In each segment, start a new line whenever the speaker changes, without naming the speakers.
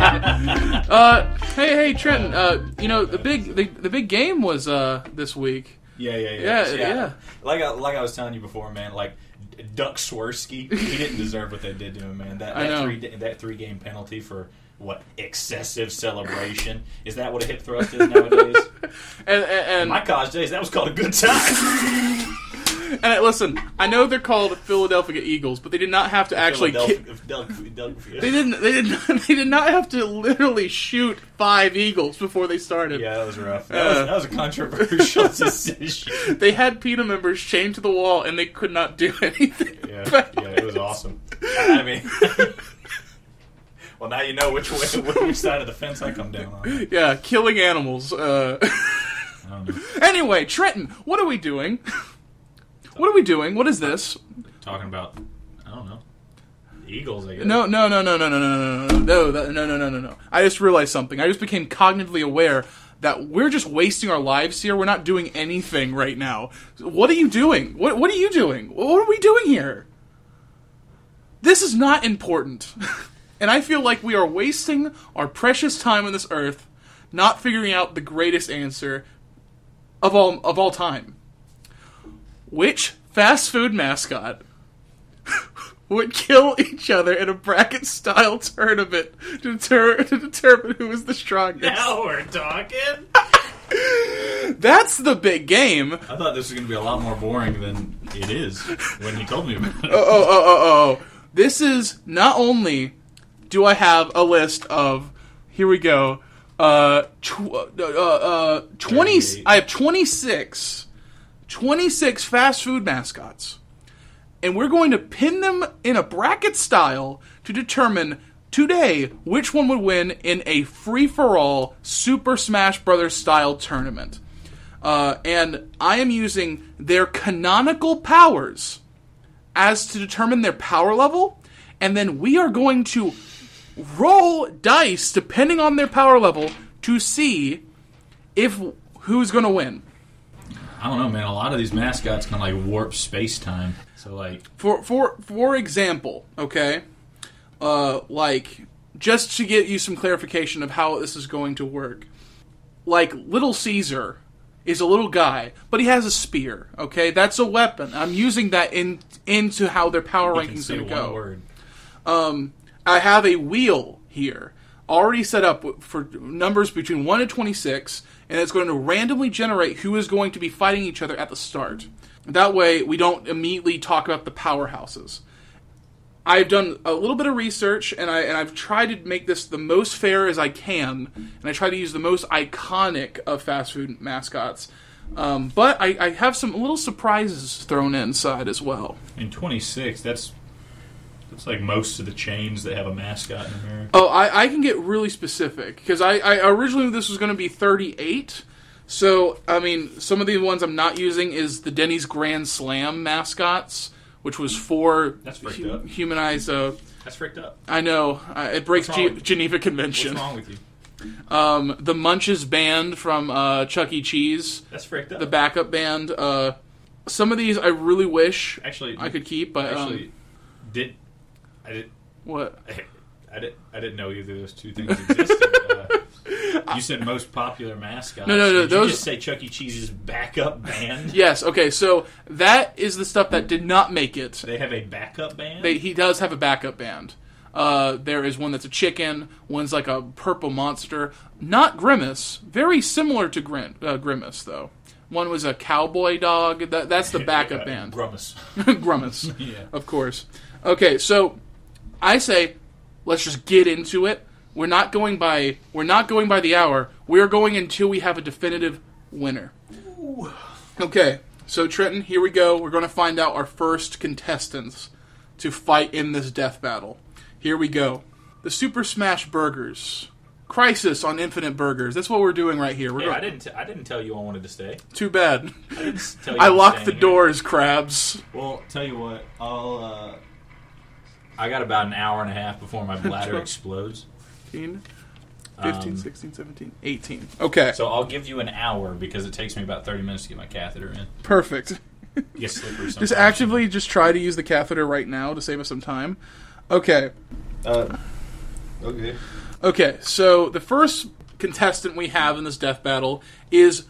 uh, hey, hey, Trenton. Uh, you know the big the, the big game was uh this week.
Yeah, yeah, yeah,
Yeah,
So,
yeah.
Like I, like I was telling you before, man. Like D- Duck Swirsky, he didn't deserve what they did to him, man. That,
I know.
that three that three game penalty for what excessive celebration is that what a hip thrust is nowadays?
And and,
My college days, that was called a good time.
and, and listen, I know they're called Philadelphia Eagles, but they did not have to actually. ki-
Philadelphia, Philadelphia, Philadelphia.
They didn't. They did not. They did not have to literally shoot five eagles before they started.
Yeah, that was rough. That,
Uh.
was, that was a controversial decision.
They had PETA members chained to the wall, and they could not do anything.
Yeah,
about
yeah, it was awesome. I mean, well, now you know which way, which side of the fence I come down on.
it. Yeah, killing animals. Uh,
I don't know.
anyway, Trenton, what are we doing? What are we doing? What is this?
Talking about, I don't know, the Eagles. I guess.
No, no, no, no, no, no, no, no, no, no, that- no, no, no, no, no. I just realized something. I just became cognitively aware that we're just wasting our lives here. We're not doing anything right now. What are you doing? What What are you doing? What are we doing here? This is not important, and I feel like we are wasting our precious time on this earth, not figuring out the greatest answer of all of all time. Which fast food mascot? would kill each other in a bracket style tournament to, deter- to determine who is the strongest.
Now we're talking.
That's the big game. Oh,
I thought this was going to be a lot more boring than it is when you told me about it.
oh, oh, oh, oh. This is not only do I have a list of here we go uh, tw- uh, uh, uh 20
38.
I have 26 26 fast food mascots. And we're going to pin them in a bracket style to determine today which one would win in a free for all Super Smash Brothers style tournament. Uh, and I am using their canonical powers as to determine their power level. And then we are going to roll dice depending on their power level to see if who's going to win.
I don't know, man. A lot of these mascots kind of like warp space time. So like,
for for for example, okay, uh, like just to get you some clarification of how this is going to work, like Little Caesar is a little guy, but he has a spear. Okay, that's a weapon. I'm using that in into how their power
you can
rankings
say
going to
one
go.
word.
I have a wheel here already set up for numbers between 1 and 26, and it's going to randomly generate who is going to be fighting each other at the start. That way, we don't immediately talk about the powerhouses. I've done a little bit of research, and I and I've tried to make this the most fair as I can, and I try to use the most iconic of fast food mascots. Um, but I, I have some little surprises thrown inside as well.
In 26, that's that's like most of the chains that have a mascot in America.
Oh, I, I can get really specific because I, I originally this was going to be 38. So I mean, some of the ones I'm not using is the Denny's Grand Slam mascots, which was four
That's freaked
hu-
up.
humanized. Uh,
That's freaked up.
I know uh, it breaks
What's wrong
G-
with-
Geneva
What's
Convention.
wrong with you?
Um, the Munches band from uh, Chuck E. Cheese,
That's freaked up.
the backup band. Uh, some of these I really wish
actually,
I could keep, but um,
actually did I did
what?
I, did, I didn't know either of those two things existed. uh, you said most popular mascots.
No, no, no,
Did
those-
you just say Chuck E. Cheese's backup band?
Yes. Okay. So that is the stuff that did not make it.
They have a backup band.
they, he does have a backup band. Uh, there is one that's a chicken. One's like a purple monster, not Grimace. Very similar to Grin- uh, Grimace, though. One was a cowboy dog. That, that's the backup
Uh,
band.
Grummus.
Grimace,
Yeah.
of course. Okay, so I say let's just get into it. We're not going by we're not going by the hour. We are going until we have a definitive winner. Okay, so Trenton, here we go. We're going to find out our first contestants to fight in this death battle. Here we go. The Super Smash Burgers. Crisis on Infinite Burgers. That's what we're doing right here. We're
Yeah,
going,
I didn't. T- I didn't tell you I wanted to stay.
Too bad.
I, didn't tell you
I
I'm
locked
staying
the
here.
doors, crabs.
Well, tell you what, I'll. Uh, I got about an hour and a half before my bladder explodes,
15,
Um,
16, 17, 18. Okay.
so I'll give you an hour because it takes me about thirty minutes to get my catheter in.
Perfect.
It Gets slippery.
Just
sometimes.
actively just try to use the catheter right now to save us some time. Okay.
Uh, Okay.
Okay, so the first contestant we have in this death battle is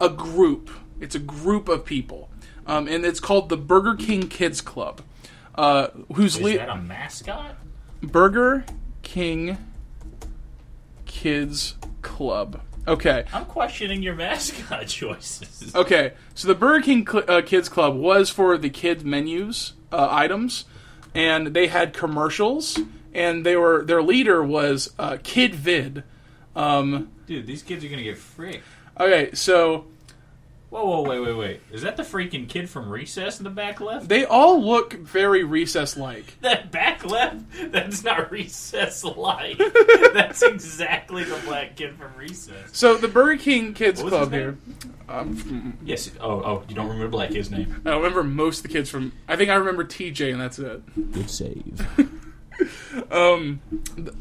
a group. It's a group of people, um, and it's called the Burger King Kids Club. Uh, who's
Is
lea-
that a mascot?
Burger King Kids Club? Okay,
I'm questioning your mascot choices.
okay. So the Burger King cl- uh, Kids Club was for the kids menus uh, items, and they had commercials, and they were their leader was uh, Kid Vid. Um,
Dude, these kids are gonna get freaked.
okay, so
Whoa, whoa, wait, wait, wait. Is that the freaking kid from Recess in the back left?
They all look very recess like.
That back left? That's not Recess life. That's exactly the black kid from Recess.
So the Burger King Kids
What was
Club
his
here.
name? Yes. Oh, oh, you don't remember black kid's name.
I don't remember most of the kids from. I think I remember TJ, and that's it.
Good save.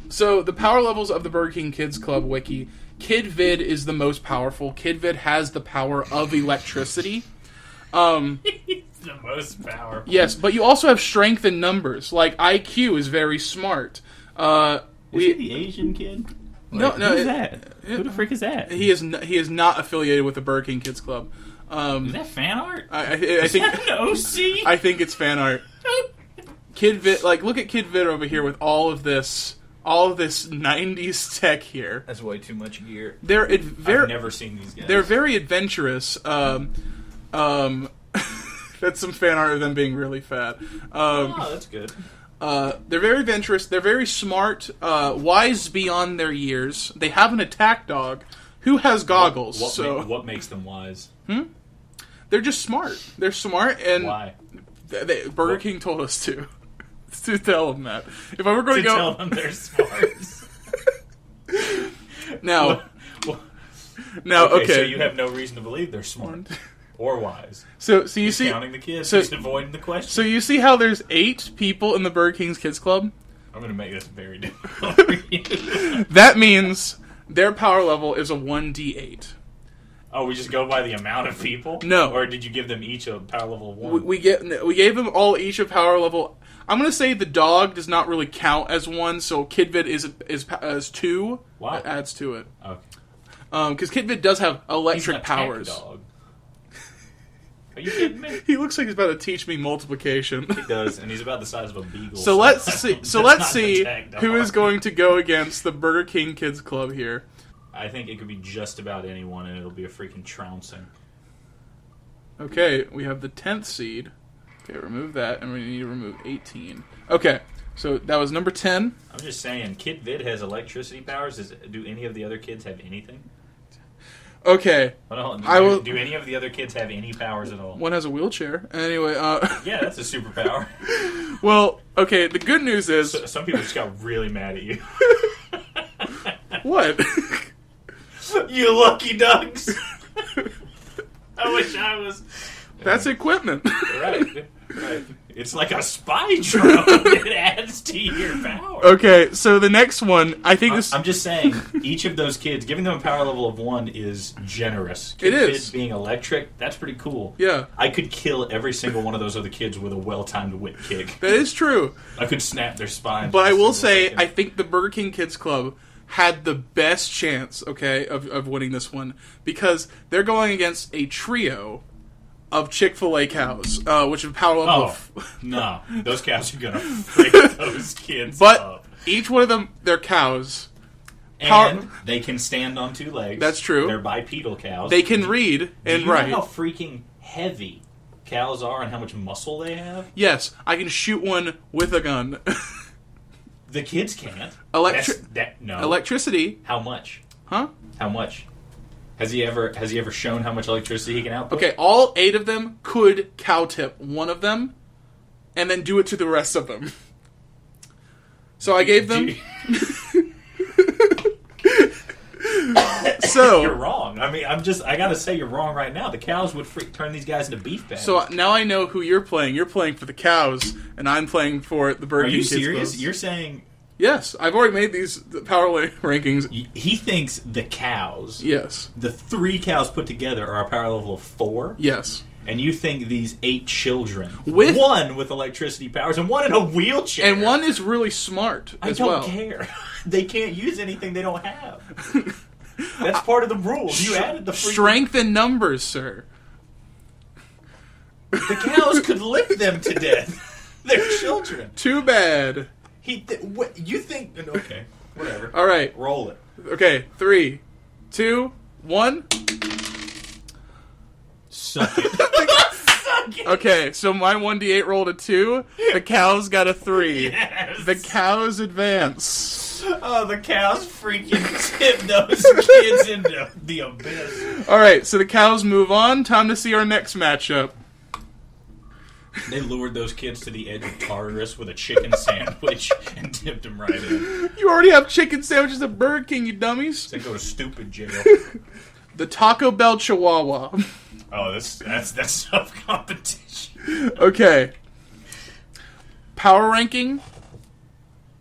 So the power levels of the Burger King Kids Club wiki. Kid Vid is the most powerful. Kid Vid has the power of electricity. Um,
He's the most powerful.
Yes, but you also have strength in numbers. Like IQ is very smart. Uh,
Is he
we,
the Asian kid?
no, no,
Who's
it-
that? Who the frick is that?
he is. n he is not affiliated with the Burger King Kids Club.
is
Um,
that fan art?
I, I, I think
no, see?
I think it's fan art. Kid Vid, like look at Kid Vid over here with all of this, all of this '90s tech here.
That's way too much gear.
They're ad- very,
I've never seen these guys.
they're very adventurous. Um, um, that's some fan art of them being really fat. Um,
Oh, that's good.
uh, they're very adventurous. They're very smart, uh, wise beyond their years. They have an attack dog who has goggles,
What,
so Hmm.
ma- what makes them wise?
they're just smart. They're smart, and
Why?
th- they- Burger King told us to. To tell them that if I were going
To
to go
tell them they're smart.
now,
Well,
now, Oh, okay.
So you have no reason to believe they're smart or wise.
So, so you see,
Counting the kids,
so-
just avoiding the question.
so you see how there's eight people in the Burger King's Kids Club.
I'm going to make this very difficult for you.
That means their power level is a one d eight.
Oh, we just go by the amount of people?
No.
Or did you give them each a power level one?
We, we get we gave them all each a power level. I'm gonna say the dog does not really count as one, so Kidvid is is is two.
Wow.
That adds to it
okay.
because Kidvid does have
He's an
electric
attack
powers.
Dog. Are you kidding me?
He looks like he's about to teach me multiplication.
He does, and he's about the size of a beagle.
So let's see. So
That's
let's
not
see
the tag dog.
who is going to go against the Burger King Kids Club here.
I think it could be just about anyone, and it'll be a freaking trouncing.
Okay, we have the tenth seed. Okay, remove that, and we need to remove eighteen. Okay, so that was number ten.
I'm just saying, Kid Vid has electricity powers. Is, do any of the other kids have anything?
Okay,
Hold on, do,
I will-
do any of the other kids have any powers at all?
one has a wheelchair. Anyway, uh,
Yeah, that's a superpower.
well, okay. The good news is
So- Some people just got really mad at you.
what?
you lucky ducks! I wish I was.
That's equipment.
Right. right. It's like a spy drone. it adds to your power.
okay, so the next one, I think this.
I'm just saying, each of those kids, giving them a power level of one is generous.
It is.
Kids being electric, that's pretty cool.
yeah,
I could kill every single one of those other kids with a well timed whip kick.
that is true.
I could snap their spine.
But I will say, I think the Burger King Kids Club had the best chance, okay, of, of winning this one because they're going against a trio of Chick Fil A cows, uh, which have power level.
Oh,
of-
no. Those cows are going to freak those kids
But
up.
each one of them, they're cows.
And
power-
they can stand on two legs.
That's true.
They're bipedal cows.
They can read and
Do you
write.
know how freaking heavy cows are and how much muscle they have?
Yes, I can shoot one with a gun.
The kids can't.
Electri-
That's- that, no.
Electricity,
how much?
huh?
How much? Has he ever has he ever shown how much electricity he can output?
Okay, all eight of them could cow tip one of them, and then do it to the rest of them. So I gave them.
Dude, you're
So
wrong. I mean, I'm just I gotta say you're wrong right now. The cows would freak turn these guys into beef bags.
so now I know who you're playing. You're playing for the cows, and I'm playing for the Burger
are
King
you
Kids
serious?
Club.
You're saying
Yes, I've already made these the power la- rankings.
y- he thinks the cows,
Yes,
the three cows put together, are a power level of four,
yes.
and you think these eight children,
With-
one with electricity powers and one in a wheelchair,
And one is really smart
I
as
don't
well.
care. they can't use anything they don't have. That's part of the rules. You added the freaking-
Strength in numbers, sir.
The cows could lick them to death. They're children.
Too bad.
He, th- what you think? Okay, whatever.
All right.
Roll it.
Okay. Three, two, one.
Suck it.
Okay. So my one d8 rolled a two. The cows got a three.
Yes.
The cows advance.
Oh, the cows freaking tip those kids into the abyss.
All right. So the cows move on. Time to see our next matchup.
They lured those kids to the edge of Tartarus with a chicken sandwich and tipped them right in.
You already have chicken sandwiches at Burger King, you dummies.
They go to stupid jail.
The Taco Bell Chihuahua.
Oh, that's that's that's self competition.
Okay. Power ranking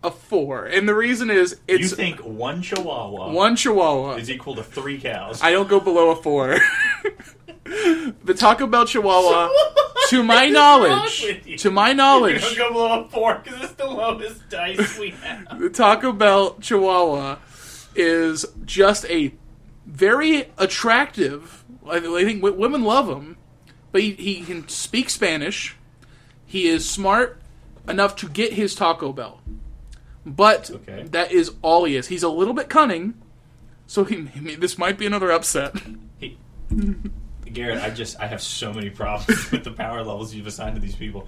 a four, and the reason is
You
it's
think one Chihuahua
one Chihuahua.
is equal to three cows?
I don't go below a four. the Taco Bell Chihuahua, to my knowledge, to my
We're
knowledge,
gonna go below a four because it's the lowest dice we have.
the Taco Bell Chihuahua is just a very attractive. I I think w- women love him, but he, he can speak Spanish. He is smart enough to get his Taco Bell, but
Okay.
that is all he is. He's a little bit cunning, so he, he- this might be another upset.
Hey, Garrett, I just I have so many problems with the power levels you've assigned to these people.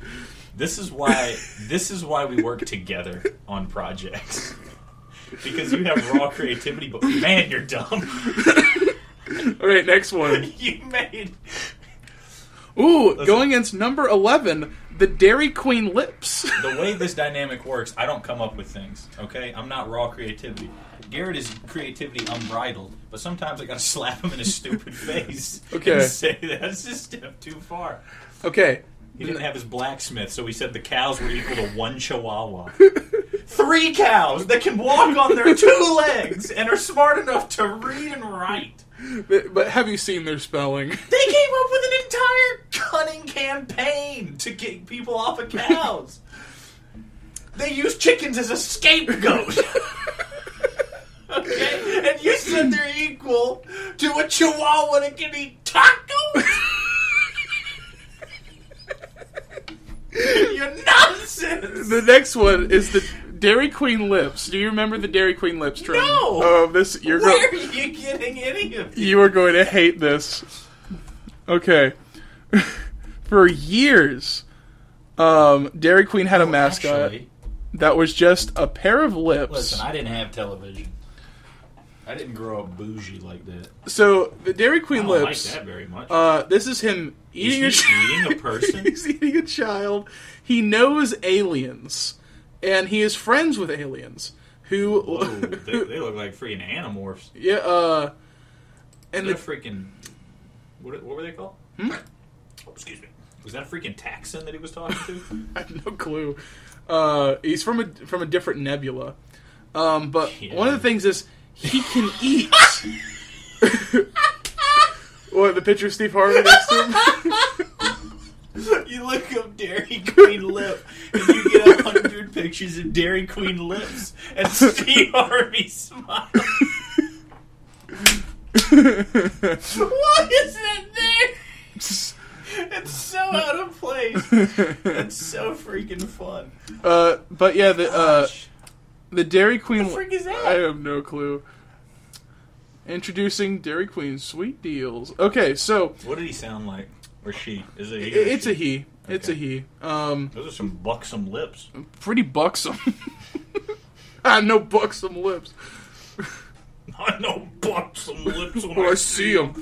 This is why this is why we work together on projects. Because you have raw creativity, but man, you're dumb.
all right, next one.
you made
Ooh, going against number eleven, the Dairy Queen lips.
the way this dynamic works, I don't come up with things. Okay, I'm not raw creativity. Garrett is creativity unbridled, but sometimes I gotta slap him in his stupid face
Okay.
and say that's just a step too far.
okay,
He didn't have his blacksmith, so he said the cows were equal to one chihuahua. Three cows that can walk on their two legs and are smart enough to read and write.
but, but have you seen their spelling?
They came up with an entire cunning campaign to get people off of cows. they used chickens as a scapegoat. okay? And you said they're equal to a chihuahua that can eat tacos? Your nonsense!
The next one is the Dairy Queen lips. Do you remember the Dairy Queen lips trend?
No.
Oh, this you're go-
Where are you getting any of
you are going to hate this. Okay. For years, um, Dairy Queen
Oh,
had a mascot that was just a pair of lips.
listen, I didn't have television. I didn't grow up bougie like that.
so the Dairy
I
Queen
don't
lips.
like that very much.
uh, this is him
Is
eating
he
a ch-
eating a person?
He's eating a child. He knows aliens, and he is friends with aliens who.
Whoa, they, they look like freaking animorphs.
Yeah, uh, and
They're
the, Hmm?
freaking. What, what were they called? Oh, excuse me. Was that a freaking taxon that he was talking to?
I have no clue. Uh, he's from a from a different nebula, um, but
Yeah.
one of the things is he can eat. what the picture of Steve Harvey next to him?
you look up Dairy Queen lip, and you get a hundred pictures of Dairy Queen lips and Steve Harvey smile. Why is that there? It's so out of place. It's so freaking fun.
uh, but yeah, the uh, the Dairy Queen.
Oh, The frick is that?
I have no clue. Introducing Dairy Queen sweet deals. Okay, so
What did he sound like? Or she? Is it?
i-
he or
it's a
she?
he. It's a he. Um,
Those are some buxom lips.
pretty buxom. I have no buxom lips.
I know buxom lips when
Oh, I see him.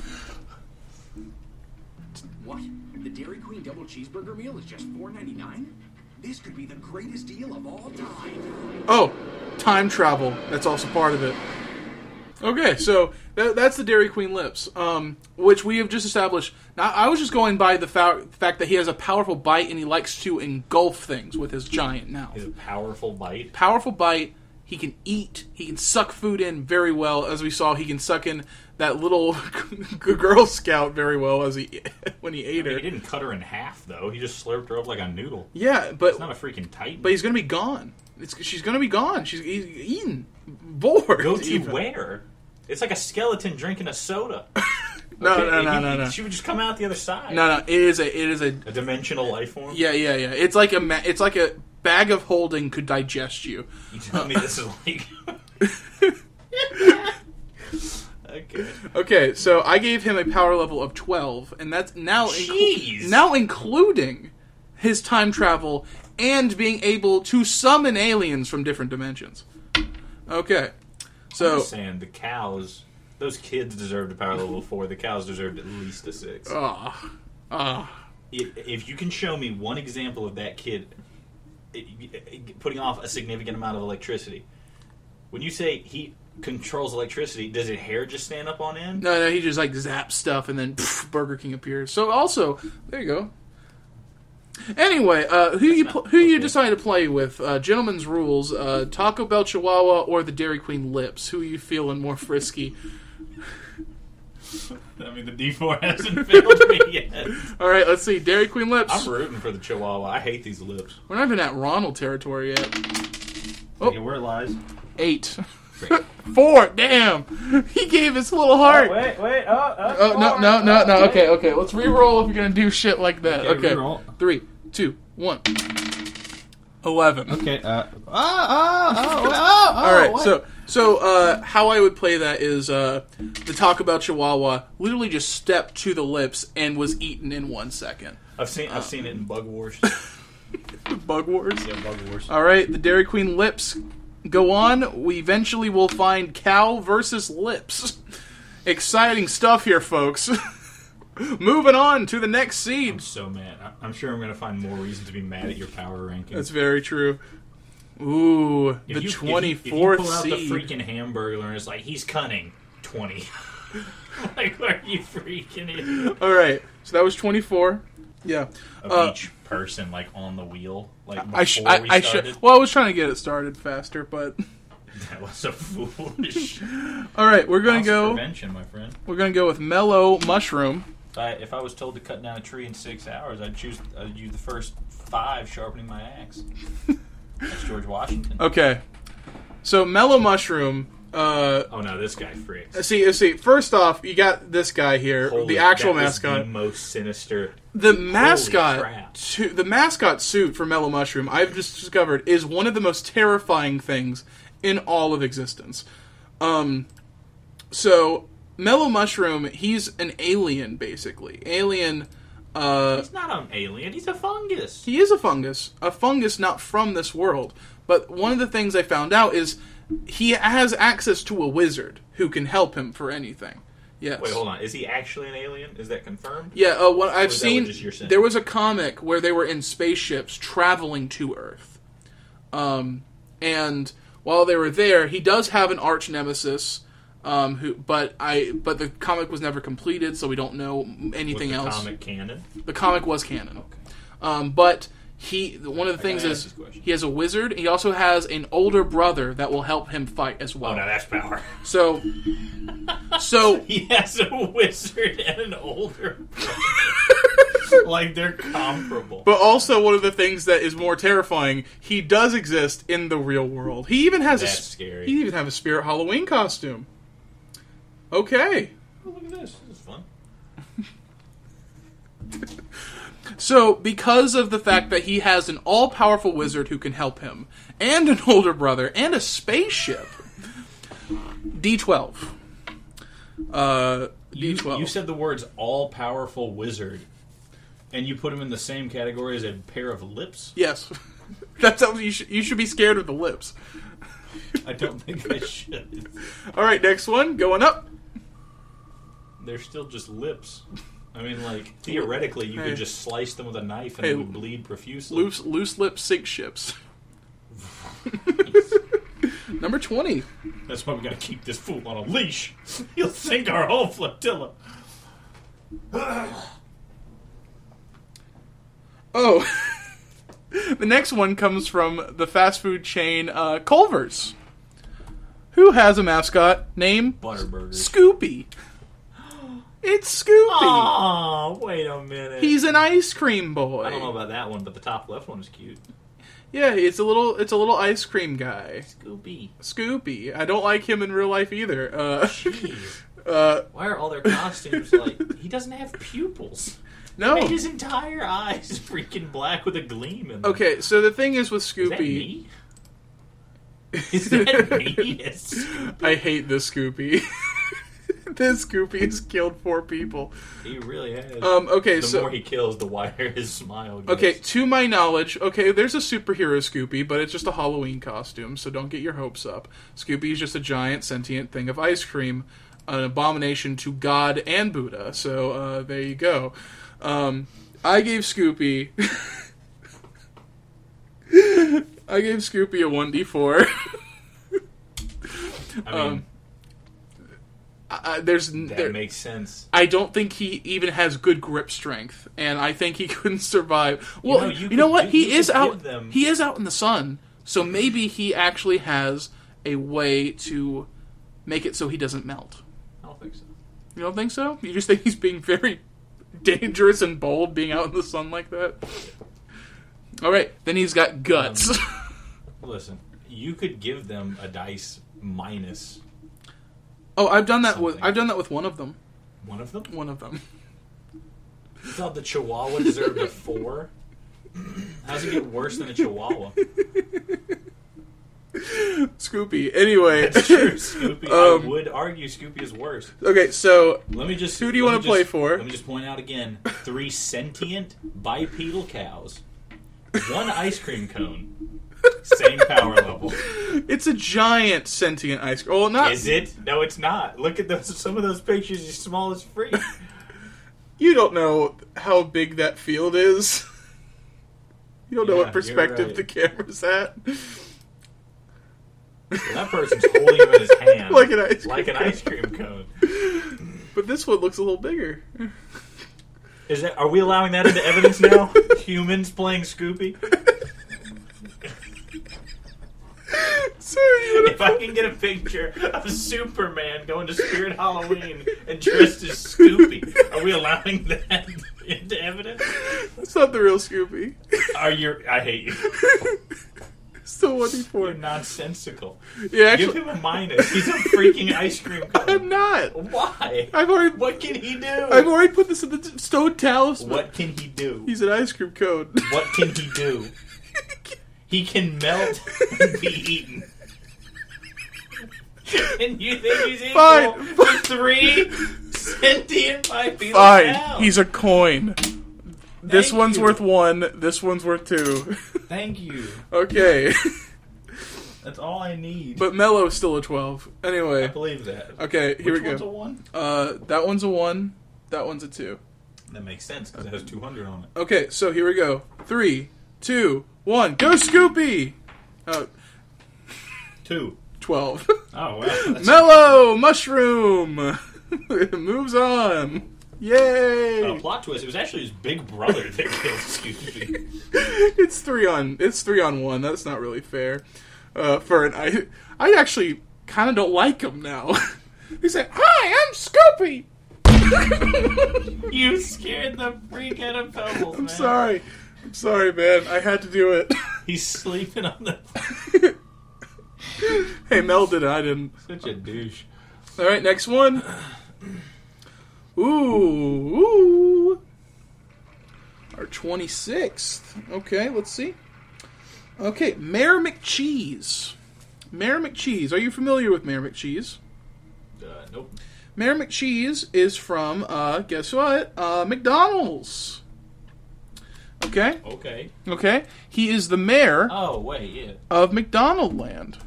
What? The Dairy Queen double cheeseburger meal is just $4.99? This could be the greatest deal of all time.
Oh, time travel. That's also part of it. Okay, so tha that's the Dairy Queen lips, um, which we have just established. Now, I was just going by the fa- fact that he has a powerful bite and he likes to engulf things with his giant mouth.
He's a powerful bite.
Powerful bite. He can eat. He can suck food in very well, as we saw. He can suck in that little Girl Scout very well as he when he ate
I mean,
her.
he didn't cut her in half though. He just slurped her up like a noodle.
Yeah,
It's
but
not a freaking titan.
but he's gonna be gone. It's, she's gonna be gone. She's he's eaten, bored.
Go to
even.
where? It's like a skeleton drinking a soda.
No,
Okay,
no, no,
he-
no, no,
She would just come out the other side.
no, no. It is a it is a
A dimensional life form.
yeah, yeah, yeah. It's like a ma- it's like a bag of holding could digest you.
You tell me this is like. okay.
Okay, so I gave him a power level of twelve, and that's now
Jeez.
now including his time travel and being able to summon aliens from different dimensions. Okay,
I'm
so
just saying the cows. Those kids deserved a power level four. The cows deserved at least a six.
ah ah
I- if you can show me one example of that kid i- i- putting off a significant amount of electricity, when you say he controls electricity, does his hair just stand up on end?
no, no, he just like zaps stuff, and then pff, Burger King appears. So also there you go. Anyway, uh, who you pl- who you
okay.
decide to play with? Uh, gentleman's rules: uh, Taco Bell Chihuahua or the Dairy Queen Lips. Who are you feeling more frisky?
I mean, the D four hasn't failed me yet.
All right, let's see. Dairy Queen Lips.
I'm rooting for the Chihuahua. I hate these lips.
We're not even at Ronald territory yet.
Okay,
Oh.
where it lies.
Eight. Four. Damn. He gave his little heart.
Oh, wait, wait. Oh, oh,
Oh, no,
four.
no, no, no.
Oh,
Okay, okay. Let's re-roll if you're going to do shit like that.
Okay,
Okay.
re-roll.
Three, two, one. Eleven.
Okay. Uh,
Ah,
oh, oh, oh, wait, oh, oh,
All right,
wait.
so so uh, how I would play that is uh, the talk about Chihuahua literally just stepped to the lips and was eaten in one second.
I've seen I've seen it in Bug Wars.
Bug wars.
Yeah, Bug Wars.
All right, the Dairy Queen lips go on. We eventually will find cow versus lips. Exciting stuff here, folks. Moving on to the next
I'm
seed.
so mad. I- I'm sure I'm going to find more reason to be mad at your power ranking.
That's very true. Ooh,
If
the
you- if you-
twenty
If you
fourth
pull out the
seed.
freaking hamburger and it's like he's cunning, twenty. like, are you freaking idiot?
All right, so that was twenty four. Yeah,
Of
Uh,
each person, like on the wheel, like before
I sh-
we
I, I
started.
should. Well, I was trying to get it started faster, but
That was a foolish.
all right, we're gonna
Lots of
go.
Prevention, my friend.
We're gonna go with mellow mushroom.
If I, if I was told to cut down a tree in six hours, I'd choose I'd use the first five sharpening my axe. That's George Washington.
Okay, so mellow mushroom. Uh,
Oh no, this guy freaks.
See, uh, see. First off, you got this guy here,
Holy-
the actual
that is
mascot.
the most sinister.
The, mascot,
crap.
to, the mascot suit for Mellow Mushroom, I've just discovered, is one of the most terrifying things in all of existence. Um, so Mellow Mushroom, he's an alien, basically. Alien. Uh,
He's not an alien. He's a fungus.
he is a fungus, a fungus not from this world. But one of the things I found out is he has access to a wizard who can help him for anything. Yes.
Wait, hold on. Is he actually an alien? Is that confirmed?
Yeah, uh, what I've
was that
seen
what just you're saying?
there was a comic where they were in spaceships traveling to Earth. Um, and while they were there, he does have an arch nemesis. Um, who, but I, but the comic was never completed, so we don't know
With
anything
the
else.
comic canon.
The comic was canon. Um, but he, one of the things
ask
is
this question?
he has a wizard. He also has an older brother that will help him fight as well.
Oh, now that's power.
So, so
He has a wizard and an older. brother. like they're comparable.
But also, one of the things that is more terrifying, he does exist in the real world. He even has a
That's
s-
scary.
He even have a spirit Halloween costume. Okay,
Oh, look at this. This is fun.
so because of the fact that he has an all-powerful wizard who can help him, and an older brother, and a spaceship, D twelve. Uh, D
You, you
twelve.
said the words all powerful wizard, and you put him in the same category as a pair of lips?
Yes, that's how you should. You should be scared of the lips.
I don't think I should.
All right, next one going up.
They're still just lips. I mean, like, theoretically, you
Hey.
could just slice them with a knife and
Hey,
it would bleed profusely.
Loose, loose lips sink ships. Number twenty.
That's why we gotta keep this fool on a leash. He'll sink our whole flotilla.
Oh. the next one comes from the fast food chain uh, Culver's. who has a mascot named
Butterburgers.
Scoopy. It's Scoopy.
Oh, wait a minute.
He's an ice cream boy.
I don't know about that one, but the top left one is cute.
Yeah, it's a little it's a little ice cream guy.
Scooby.
Scoopy. I don't like him in real life either. Uh,
Jeez.
uh
Why are all their costumes like. He doesn't have pupils. Made
no.
his entire eyes freaking black with a gleam in them.
Okay, so the thing is with
Is that
Scoopy,
me? Is that me? Yes.
I hate this Scoopy. this Scoopy has killed four people.
He really has.
Um okay,
the
so
more he kills, the wider his smile gets.
Okay, to my knowledge, okay, there's a superhero Scoopy, but it's just a Halloween costume, so don't get your hopes up. Scoopy is just a giant sentient thing of ice cream, an abomination to God and Buddha. So uh, there you go. Um, I gave Scoopy, I gave Scoopy a one d four.
I mean,
There's n-
that
um, there-
makes sense.
I don't think he even has good grip strength, and I think he couldn't survive. Well, you
know,
know,
you could-
what?
you-
He
you
is
could
out.
give them-
He is out in the sun, so maybe he actually has a way to make it so he doesn't melt.
I don't think so.
You don't think so? You just think he's being very dangerous and bold, being out in the sun like that. All right, then he's got
Um,
guts.
Listen, you could give them a dice minus
oh, I've done that with
Something.
I've done that with one of them.
one of them.
One of them.
I thought the Chihuahua deserved a four. How does it get worse than a Chihuahua?
Scoopy. Anyway.
That's true, Scoopy.
Um,
I would argue Scoopy is worse.
okay, so
Let me just.
Who do you
let me
wanna play
just-
for?
Let me just point out again: three sentient bipedal cows, one ice cream cone, same power level.
It's a giant sentient ice cream. Well, not
Is it? No, it's not. Look at those. Some of those pictures are small as free.
you don't know how big that field is. you don't know
Yeah,
what perspective
you're right.
the camera's at.
that person's holding it in his hand,
Like an ice
like an
cream
ice cream cone.
But this one looks a little bigger.
Is that? Are we allowing that into evidence now? Humans playing Scoopy.
So you
If I can get a picture of Superman going to Spirit Halloween and dressed as Scoopy, are we allowing that into evidence?
it's not the real Scoopy.
Are you? I hate you.
Still one d
You're
four.
nonsensical.
Yeah,
Give
actually,
him a minus. He's a freaking ice cream
I'm
cone.
not.
Why?
I've already,
What can he do?
I've already put this in the t- stone talisman.
What can he do?
He's an ice cream cone.
What can he do? He can melt and be eaten. and you think he's equal
Fine,
to three sentient bipedal cows?
Fine, he's a coin. This
Thank
one's
you.
worth one. This one's worth two.
Thank you.
okay,
That's all I need.
but Mello's still a twelve. Anyway,
I believe that.
Okay, here
Which
we
one's
go.
a one?
Uh, that one's a one. That one's a two.
That makes sense because it has 200 on it.
Okay, so here we go. Three, two, one. Go, Scoopy. Uh,
Two.
twelve.
Oh wow. That's-
Mellow mushroom moves on. Yay!
Uh, plot twist: It was actually his big brother that killed Scoopy.
It's three on. It's three on one. That's not really fair. Uh, for an I, I actually kind of don't like him now. he said, "Hi, I'm Scoopy."
you scared the freak out of Pebbles,
I'm sorry. I'm sorry, man. I had to do it.
He's sleeping on the.
hey, Mel did it. I didn't.
Such a douche.
All right, next one. Ooh, ooh. Our 26th. Okay, let's see. Okay, Mayor McCheese. Mayor McCheese. Are you familiar with Mayor McCheese?
Uh, nope.
Mayor McCheese is from, uh, guess what? Uh, McDonald's. Okay,
Okay.
okay. He is the mayor
Oh wait, yeah.
of McDonald Land.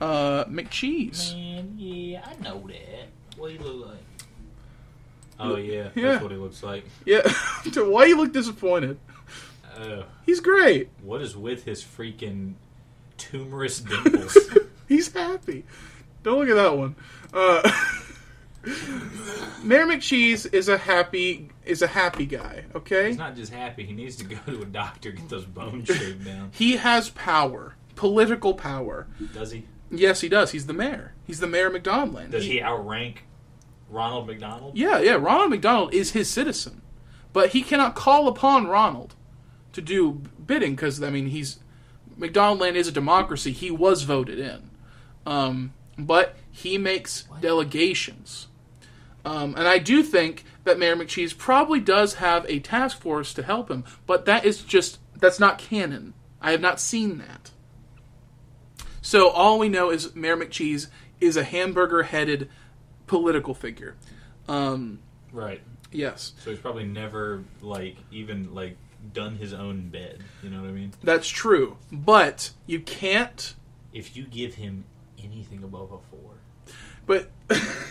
Uh, McCheese.
Man, yeah, I know that. What he look like? Oh yeah,
Yeah.
that's what he looks like.
Yeah. Why you look disappointed?
Oh,
He's great.
what is with his freaking tumorous dimples?
He's happy. Don't look at that one. Uh, Mayor McCheese is a happy is a happy guy. Okay,
He's not just happy. He needs to go to a doctor get those bones shaved down.
he has power, political power.
Does he?
Yes, he does. He's the mayor. He's the mayor of McDonaldland.
Does he outrank Ronald McDonald?
Yeah, yeah. Ronald McDonald is his citizen, but he cannot call upon Ronald to do bidding because I mean he's McDonaldland is a democracy. He was voted in, um, but he makes delegations, um, and I do think that Mayor McCheese probably does have a task force to help him. But that is just that's not canon. I have not seen that. So all we know is Mayor McCheese is a hamburger-headed political figure. Um,
Right.
yes,
So he's probably never like even like done his own bed. You know what I mean?
that's true. But you can't.
If you give him anything above a four,
But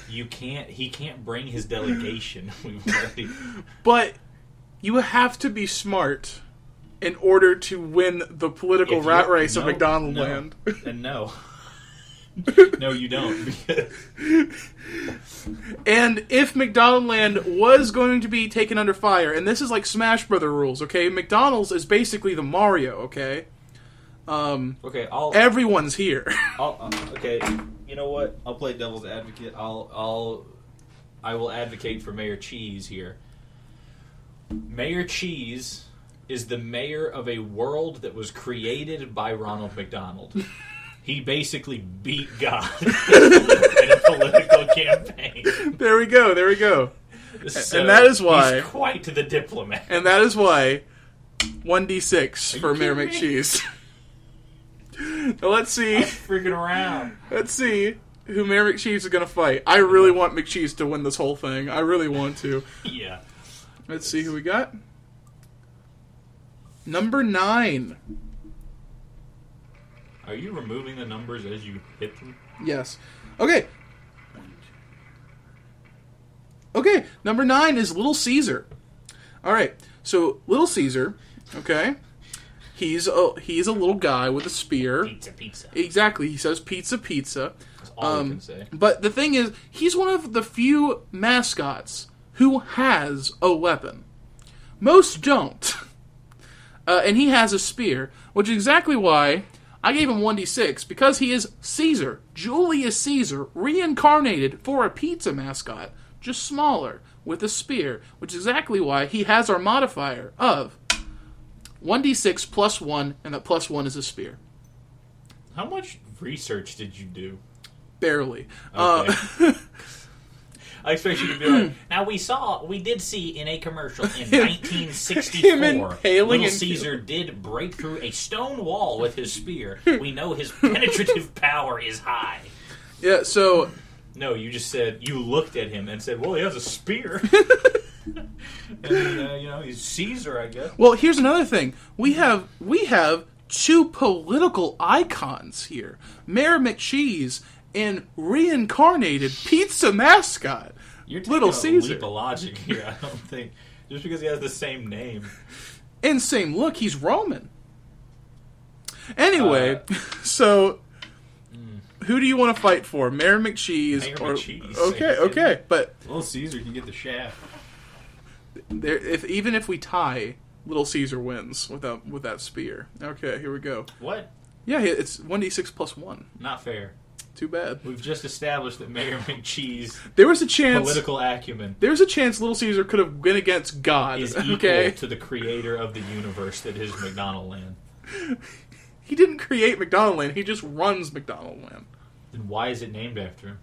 you can't. He can't bring his delegation. We've already.
but you have to be smart in order to win the political
If you-
rat race of
no,
McDonald
no,
Land.
And no. no, you don't. because-
And if McDonald Land was going to be taken under fire, and this is like Smash Brother rules, okay? McDonald's is basically the Mario, okay? Um,
okay, I'll, uh,
Everyone's here.
I'll, I'll- okay, you know what? I'll play devil's advocate.
I'll, I'll, I will advocate for Mayor Cheese here. Mayor Cheese is the mayor of a world that was created by Ronald McDonald. He basically beat God in a political campaign,
there we go. There we go.
So
and that is why-
he's quite the diplomat.
And that is why 1d6
Are
for
you
Mayor
kidding me?
McCheese. now let's see.
freaking around.
Let's see who Mayor McCheese is going to fight. I really want McCheese to win this whole thing. I really want to.
Yeah,
Let's see who we got. Number nine.
are you removing the numbers as you hit them?
Yes. Okay. Okay. Number nine is Little Caesar. All right. So Little Caesar. Okay. He's a he's a little guy with a spear.
Pizza, pizza.
Exactly. He says pizza, pizza.
That's all
um,
I can say.
But the thing is, he's one of the few mascots who has a weapon. Most don't. Uh, and he has a spear, which is exactly why I gave him 1d6, because he is Caesar, Julius Caesar, reincarnated for a pizza mascot, just smaller, with a spear, which is exactly why he has our modifier of 1d6 plus 1, and that plus 1 is a spear.
How much research did you do?
Barely. Uh,
Okay. I expect you to be like, now we saw, we did see in a commercial in 1964,
him impaling
Little
and-
Caesar did break through a stone wall with his spear. We know his penetrative power is high.
yeah, so
No, you just said, you looked at him and said, well, he has a spear. and, uh, you know, he's Caesar, I guess.
Well, here's another thing. We have we have two political icons here. Mayor McCheese and reincarnated pizza mascot.
You're taking
Little
a
Caesar.
leap of logic here, I don't think. Just because he has the same name.
And same look, he's Roman. Anyway,
Uh,
so who do you want to fight for? Mayor McCheese
Mayor
or
McCheese.
Okay, okay. But
Little Caesar can get the shaft.
there if even if we tie, Little Caesar wins with that with that spear. Okay, here we go.
What?
Yeah, it's 1d6 plus 1.
Not fair.
Too bad.
We've just established that Mayor McCheese
There was a chance
political acumen
There's a chance Little Caesar could have went against God.
is equal
Okay,
to the creator of the universe that is McDonald Land.
he didn't create McDonald Land. He just runs McDonald Land.
Then why is it named after him?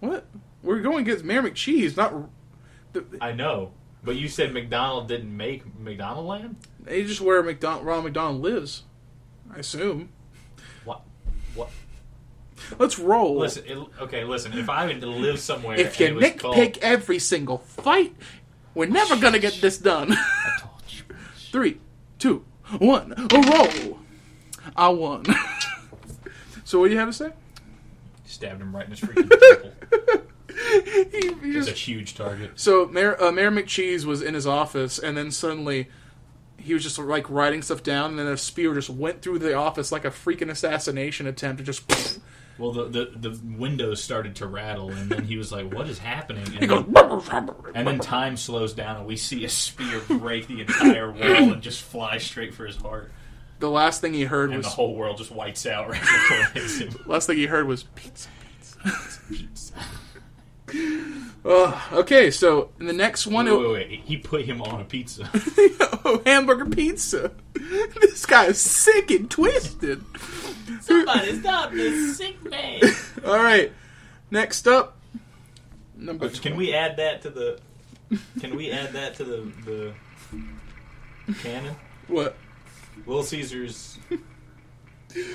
What? We're going against Mayor McCheese, not. r- the-
I know, but you said McDonald didn't make McDonald Land.
They just where McDonald, Ronald McDonald lives, I assume.
What? What?
Let's roll.
Listen, it, okay, listen. If I had to live somewhere,
if
and
you
it was
nitpick every single fight, we're never gonna get this done.
called,
Three, two, one, a roll. I won. so what do you have to say?
stabbed him right in his freaking temple.
He, he just
It's a huge target.
So Mayor, uh, Mayor McCheese was in his office, and then suddenly he was just like writing stuff down, and then a spear just went through the office like a freaking assassination attempt. It just
Well, the, the the windows started to rattle, and then he was like, "What is happening?" And
he goes.
And then time slows down, and we see a spear break the entire wall and just fly straight for his heart.
The last thing he heard
and
was
the whole world just whites out right before it hits him.
last thing he heard was pizza. Ugh, Oh, okay, so in the next one,
Wait,
it,
wait, wait. He put him on a pizza.
oh, hamburger pizza. This guy is sick and twisted.
Somebody stop this sick man.
All right, next up, number
Can we add that to the? Can we add that to the the canon?
what?
Little Caesars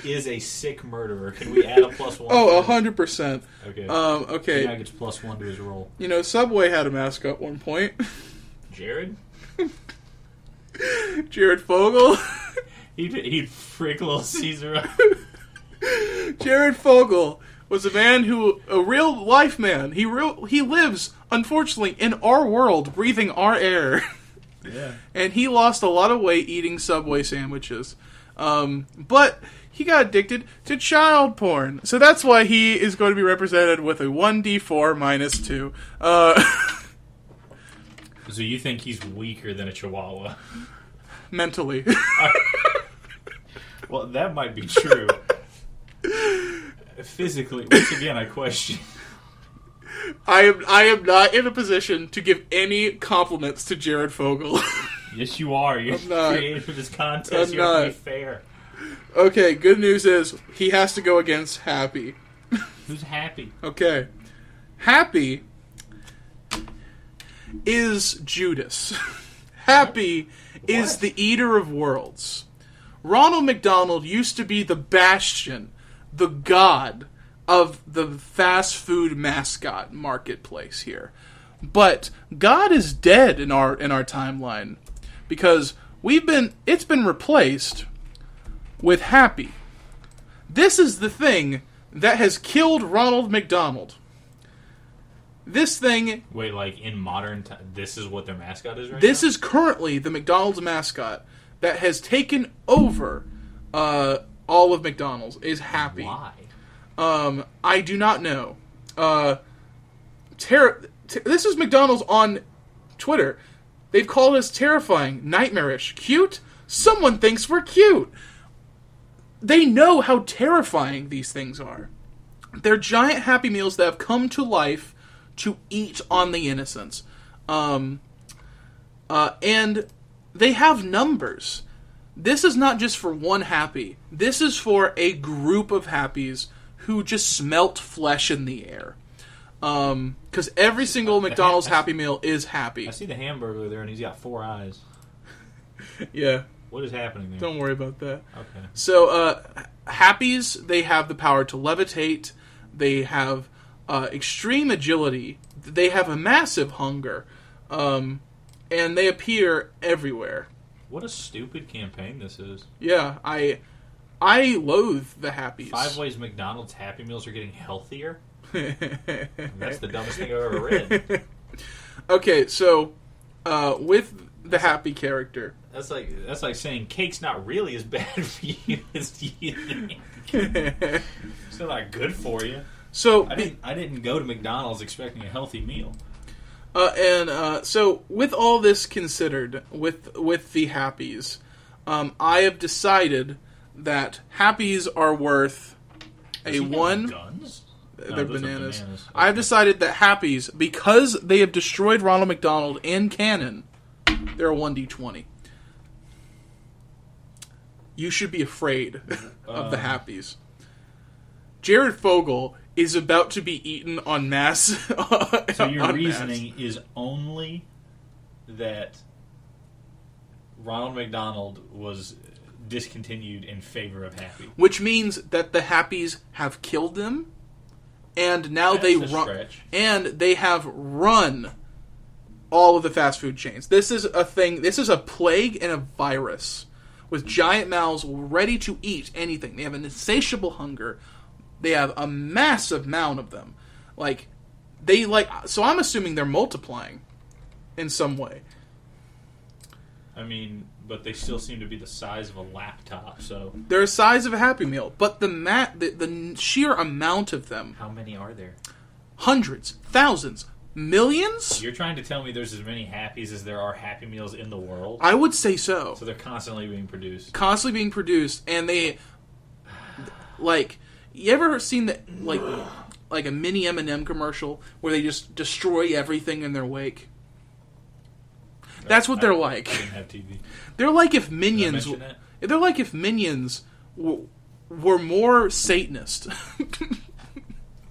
is a sick murderer. Can we add a plus one?
Oh, a hundred percent.
Okay.
Um,
He
okay,
now gets plus one to his roll.
you know Subway had a mascot at one point.
Jared.
Jared Fogle.
He'd, he'd freak Little Caesar up.
Jared Fogle was a man who a real life man. He real he lives unfortunately in our world, breathing our air.
Yeah.
and he lost a lot of weight eating Subway sandwiches. Um, but he got addicted to child porn, so that's why he is going to be represented with a one d four minus two. Uh,
So you think he's weaker than a Chihuahua?
mentally,
Well, that might be true. Physically, once again, I question.
I am I am not in a position to give any compliments to Jared Fogle.
Yes, you are. You're
I'm not.
created for this contest.
I'm
you have to be
not.
fair.
okay, good news is he has to go against Happy.
Who's happy?
Okay, Happy is Judas. Happy is
What?
the eater of worlds. Ronald McDonald used to be the bastion, the god of the fast food mascot marketplace here. But God is dead in our in our timeline because we've been it's been replaced with happy. This is the thing that has killed Ronald McDonald. This thing
Wait, like in modern time, this is what their mascot is right
this
now?
is currently the McDonald's mascot that has taken over uh, all of McDonald's. Is happy.
why?
Um, I do not know. Uh, ter- t- this is McDonald's on Twitter. They've called us terrifying, nightmarish, cute. Someone thinks we're cute. They know how terrifying these things are. They're giant Happy Meals that have come to life to eat on the innocents. Um, uh, and they have numbers this is not just for one happy. This is for a group of happies who just smelt flesh in the air. Because every single McDonald's Happy Meal is happy.
I see the hamburger there, and he's got four eyes.
Yeah,
What is happening there?
don't worry about that.
Okay.
So, uh, happies, they have the power to levitate, they have uh, extreme agility, they have a massive hunger, um, and they appear everywhere.
What a stupid campaign this is.
Yeah, I. I loathe the happies.
Five ways McDonald's Happy Meals are getting healthier? That's the dumbest thing I've ever read.
Okay, so uh, with the happy character,
That's like that's like saying cake's not really as bad for you as you think. It's still not good for you.
so
I didn't I didn't go to McDonald's expecting a healthy meal.
uh, and uh, so with all this considered, with with the happies, um, I have decided that happies are worth a
Does he have
one.
guns. No,
they're
those are
bananas. I've decided that happies, because they have destroyed Ronald McDonald and canon, they're a one d twenty. You should be afraid of the
Uh.
happies. Jared Fogle is about to be eaten on mass.
So your reasoning is only that Ronald McDonald was discontinued in favor of Happy.
which means that the happies have killed them, and now
That's
they
a
run,
stretch.
and they have run all of the fast food chains. This is a thing. This is a plague and a virus, with giant mouths ready to eat anything. They have an insatiable hunger. They have a massive amount of them. Like they like. So I'm assuming they're multiplying in some way.
I mean, but they still seem to be the size of a laptop. So
They're the size of a Happy Meal, but the mat the, the sheer amount of them
how many are there?
hundreds, thousands, Millions?
You're trying to tell me there's as many Happies as there are Happy Meals in the world?
I would say so.
So they're constantly being produced.
Constantly being produced, and they like you ever seen the like like a mini M and M commercial where they just destroy everything in their wake? That's what they're like.
I didn't have TV.
They're like if minions.
mention that?
They're like if minions w- were more Satanist.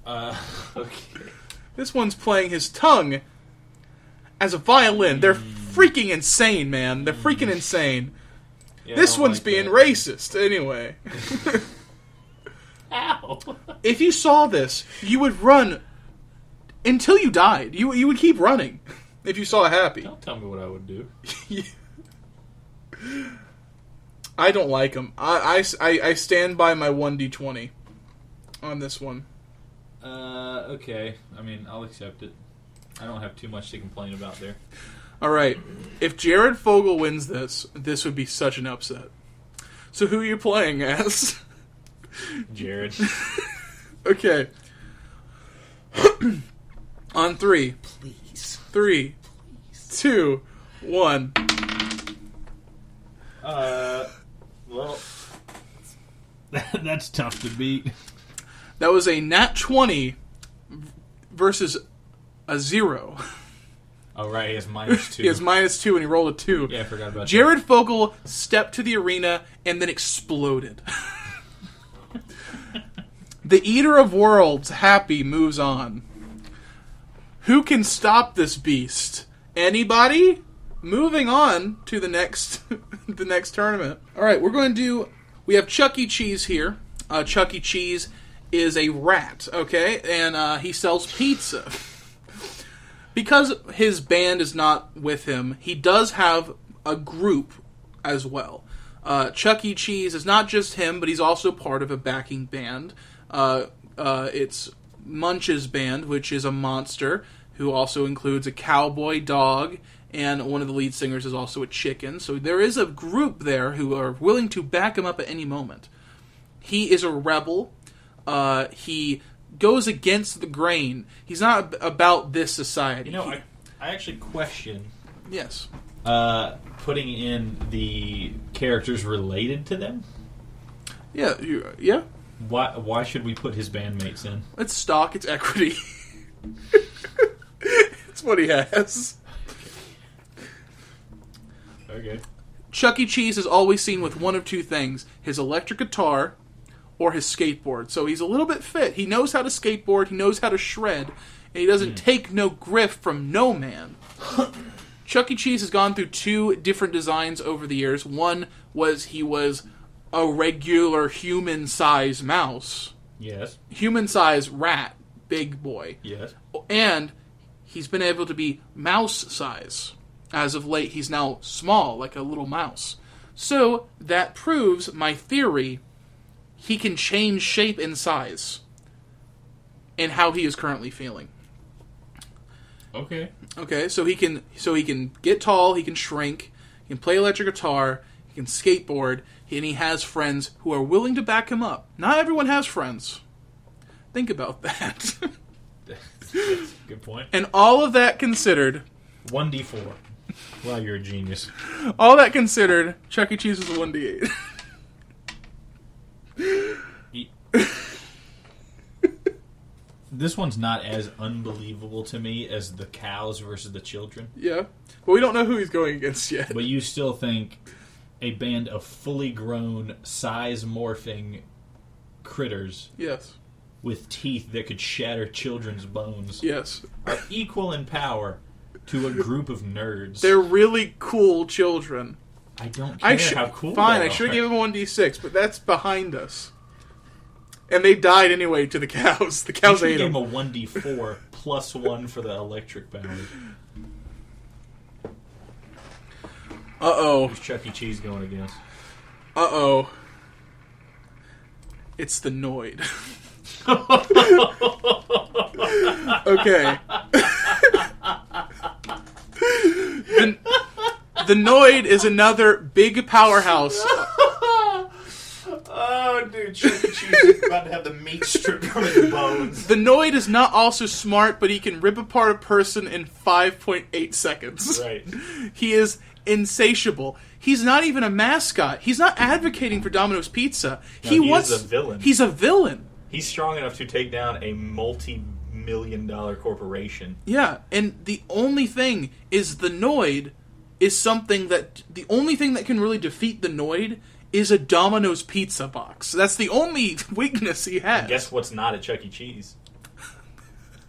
Uh, okay.
this one's playing his tongue as a violin. They're freaking insane, man. They're freaking insane.
Yeah, I
this
don't
one's
like
being
that.
racist, anyway.
Ow.
if you saw this, you would run until you died. You you would keep running if you saw Happy.
Don't tell me what I would do.
I don't like him. I, I, I- I stand by my 1d20 on this one.
Uh, okay. I mean, I'll accept it. I don't have too much to complain about there.
All right. If Jared Fogle wins this, this would be such an upset. So who are you playing as?
Jared.
okay. On three.
Please.
Three, two, one.
Uh, well, that's tough to beat.
That was a nat 20 v- versus a zero.
oh, right. He has minus two.
He has minus two and he rolled a two.
yeah, I forgot about
Jared Fogle stepped to the arena and then exploded. the Eater of Worlds, Happy, moves on. Who can stop this beast? Anybody? Moving on to the next the next tournament. All right, we're going to do. We have Chuck E. Cheese here. Uh, Chuck E. Cheese is a rat, okay, and uh, he sells pizza. because his band is not with him, he does have a group as well. Uh, Chuck E. Cheese is not just him, but he's also part of a backing band. Uh, uh, it's Munch's band, which is a monster, who also includes a cowboy dog, and one of the lead singers is also a chicken. So there is a group there who are willing to back him up at any moment. He is a rebel. Uh, he goes against the grain. He's not ab- about this society.
You know,
He-
I, I actually question
yes.
uh, putting in the characters related to them.
Yeah. You, yeah.
Why, why should we put his bandmates in?
It's stock. It's equity. it's what he has.
Okay.
Chuck E. Cheese is always seen with one of two things: his electric guitar or his skateboard. So he's a little bit fit. He knows how to skateboard. He knows how to shred, and he doesn't take no griff from no man. Chuck E. Cheese has gone through two different designs over the years. One was he was a regular human size mouse,
Yes.
human size rat, big boy.
Yes.
and he's been able to be mouse size. As of late, he's now small, like a little mouse. So that proves my theory he can change shape and size and how he is currently feeling.
Okay.
Okay, so he can so he can get tall, he can shrink, he can play electric guitar, he can skateboard, and he has friends who are willing to back him up. Not everyone has friends. Think about that.
Good point.
and all of that considered,
1d4. Wow, you're a genius.
All that considered, Chuck E. Cheese is a 1d8.
He- this one's not as unbelievable to me as the cows versus the children,
yeah. But we don't know who he's going against yet.
but you still think a band of fully grown, size morphing critters
Yes.
with teeth that could shatter children's bones
Yes.
are equal in power to a group of nerds.
They're really cool children.
I don't care
I should
how cool.
Fine,
they
I should
are.
have given him 1d6, but that's behind us. And they died anyway to the cows. The
You
cows
should
ate
give him
them.
a one d four plus one for the electric power.
Uh-oh.
Who's Chuck E. Cheese going against?
Uh-oh. It's the Noid. okay. the, the Noid is another big powerhouse
Oh, dude, Chuck E. Cheese He's about to have the meat stripped from his bones.
The Noid is not also smart, but he can rip apart a person in 5.8 seconds.
Right.
He is insatiable. He's not even a mascot. He's not advocating for Domino's Pizza.
No,
he,
he is
wants
a villain.
He's a villain.
He's strong enough to take down a multi-million dollar corporation.
Yeah, and the only thing is the Noid is something that the only thing that can really defeat the Noid is a Domino's Pizza box. That's the only weakness he has.
Guess what's not at Chuck E. Cheese?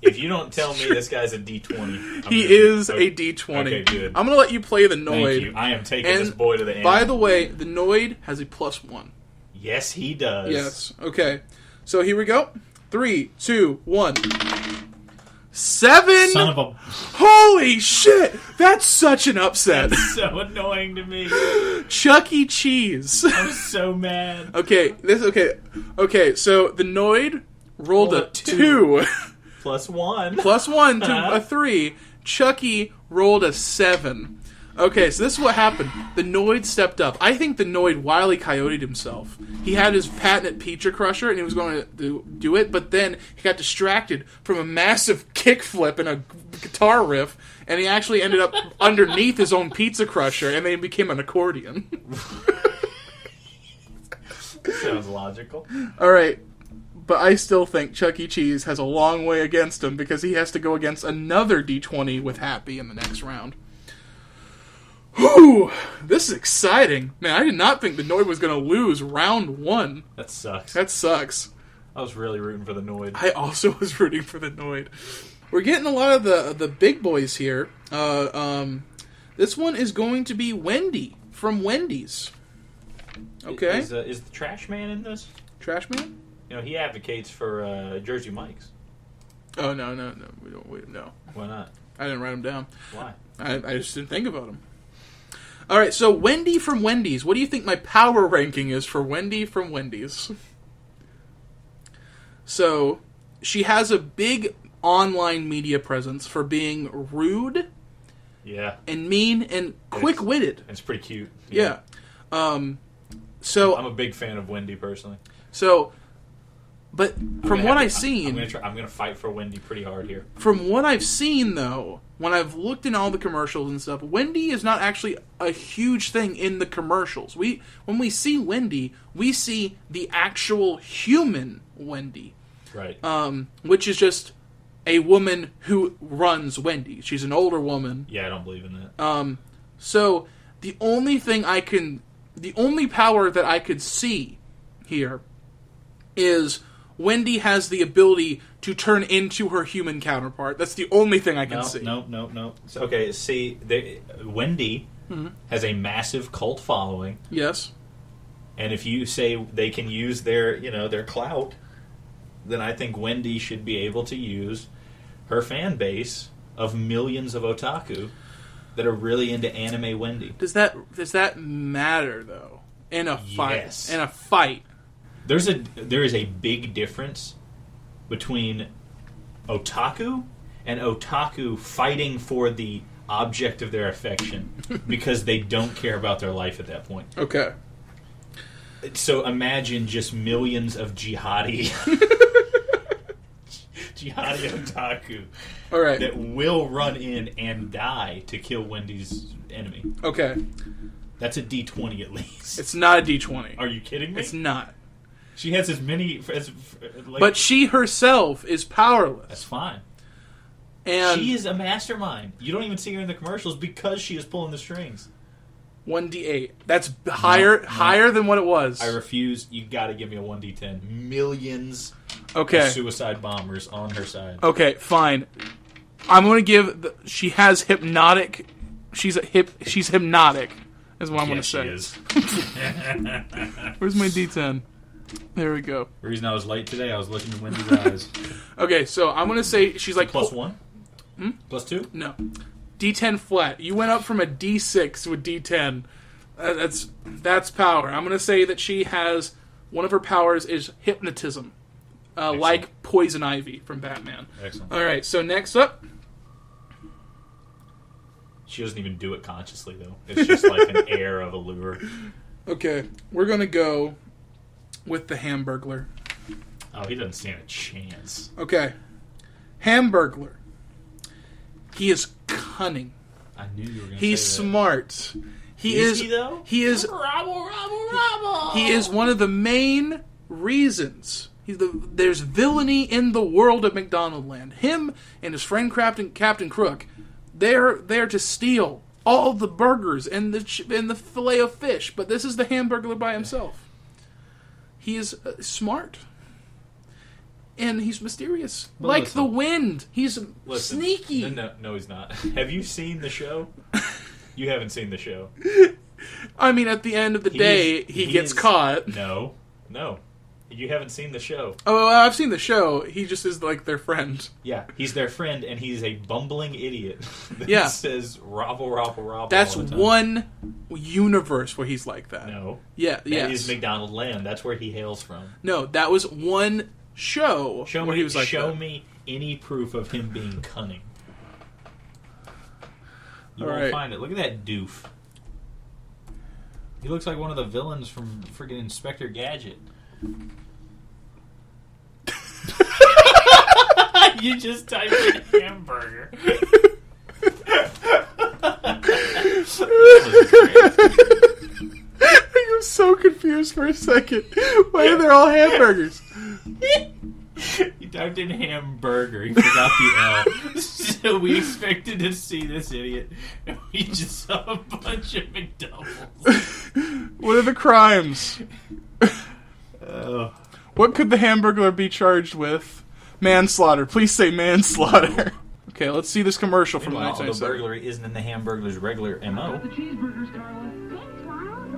If you don't tell me this guy's a D twenty,
He is a D20.
Okay, good.
I'm going to let you play the
Thank
Noid.
you. I am taking
And
this boy to the end.
By the way, the Noid has a plus one.
yes, he does.
Yes. Okay. So here we go. Three, two, one. Seven.
Son of a,
Holy shit! That's such an upset.
so annoying to me.
Chuck E. Cheese.
I'm so mad.
Okay. This. Okay. Okay. So the Noid rolled
Rolled
a
a two.
two, Uh-huh.
Plus one.
plus one to a three. Chuck E. rolled a seven. Okay, so this is what happened. The Noid stepped up. I think the Noid wily coyoted himself. He had his patented Peacher Crusher and he was going to do- do it, but then he got distracted from a massive kickflip and a g- guitar riff, and he actually ended up underneath his own Pizza Crusher and then he became an accordion.
Sounds logical.
All right, but I still think Chuck E. Cheese has a long way against him because he has to go against another D20 with Happy in the next round. Whew! This is exciting. Man, I did not think the Noid was going to lose round one.
That sucks.
That sucks.
I was really rooting for the Noid.
I also was rooting for the Noid. We're getting a lot of the the big boys here. Uh, um, this one is going to be Wendy from Wendy's. Okay,
Is, uh, is the trash man in this?
Trash Man.
You know, he advocates for uh, Jersey Mike's.
Oh no no no we don't we, no.
Why not?
I didn't write him down.
Why?
I, I just didn't think about him. All right, so Wendy from Wendy's. What do you think my power ranking is for Wendy from Wendy's? So, she has a big online media presence for being rude
Yeah.
and mean and quick witted.
It's pretty cute.
Yeah. Um, so,
I'm a big fan of Wendy personally.
so, but from
I'm gonna
what
have
I've
to- I'm- I'm
seen,
gonna, try, I'm gonna fight for Wendy pretty hard here.
from what I've seen though, when I've looked in all the commercials and stuff, Wendy is not actually a huge thing in the commercials. We when we see Wendy, we see the actual human Wendy,
Right.
um, which is just a woman who runs Wendy. She's an older woman.
yeah, I don't believe in that.
uh, So the only thing I can, the only power that I could see here is Wendy has the ability to turn into her human counterpart. That's the only thing I can
no,
see.
no, no, no. So- Okay, see, they, Wendy
Hmm.
has a massive cult following,
Yes.
and if you say they can use their, you know, their clout, then I think Wendy should be able to use her fan base of millions of otaku that are really into anime Wendy.
Does that does that matter though? In a fight,
Yes.
in a fight,
There's a there is a big difference between otaku and otaku fighting for the object of their affection because they don't care about their life at that point.
okay.
So imagine just millions of jihadi jihadi otaku
All right.
that will run in and die to kill Wendy's enemy.
Okay.
That's a D twenty at least.
It's not a D twenty.
Are you kidding me?
It's not.
She has as many as like,
But she herself is
that's
powerless,
fine.
and
she is a mastermind. You don't even see her in the commercials because she is pulling the strings.
one D eight. That's b- higher higher than what it was.
I refuse. You got to give me a one d ten. Millions
okay. Oh,
of suicide bombers on her side.
Okay. Fine. I'm gonna give. The, she has hypnotic. She's a hip. She's hypnotic. Is what I'm
Yeah,
gonna
she
say.
is.
Where's my D10? There we go.
The reason I was late today, I was looking in Wendy's eyes.
Okay, so I'm gonna say she's like
Plus one.
Hmm?
Plus two.
No. D10 flat. You went up from a D6 to a D10. Uh, That's that's power. I'm gonna say that she has one of her powers is hypnotism, uh, like poison ivy from Batman.
Excellent.
All right. So next up,
She doesn't even do it consciously though. It's just like an air of allure.
okay, we're gonna go with the Hamburglar.
Oh, he doesn't stand a chance.
Okay. Hamburglar. He is cunning.
I knew you were going to
He's
say that.
smart. He
Is
is
he, though?
he is
Rabble, rabble, rabble.
He is one of the main reasons. He's the, there's villainy in the world of McDonald Land. Him and his friend Captain, Captain Crook, they're there to steal all the burgers and the ch- and the fillet of fish. But this is the hamburger by himself. He is uh, smart, and he's mysterious, like
listen.
the wind. He's
Listen,
sneaky.
No, no, no, he's not. Have you seen the show? You haven't seen the show.
I mean, at the end of the day, he,
he
gets
is-
caught.
No, no. You haven't seen the show.
Oh, I've seen the show. He just is like their friend.
Yeah, he's their friend, and he's a bumbling idiot. that
Yeah.
says rabble, rabble, rabble.
That's
all the time.
one universe where he's like that.
No,
Yeah,
that is
yes.
McDonald Land. That's where he hails from.
no, that was one show
Show
where
me,
he was like uh,
show
that.
me any proof of him being cunning. You
All
won't
right.
find it. Look at that doof. He looks like one of the villains from friggin' Inspector Gadget.
you just typed in hamburger.
I was so confused for a second. Why are they all hamburgers?
He typed in hamburger. He forgot the L. So we expected to see this idiot. And we just saw a bunch of McDoubles.
What are the crimes?
Oh.
What could the hamburger be charged with? Manslaughter. Please say manslaughter. Okay, let's see this commercial from
Meanwhile, the
1997.
burglary isn't in the hamburger's regular MO.
cheeseburgers, Carla.
Thanks,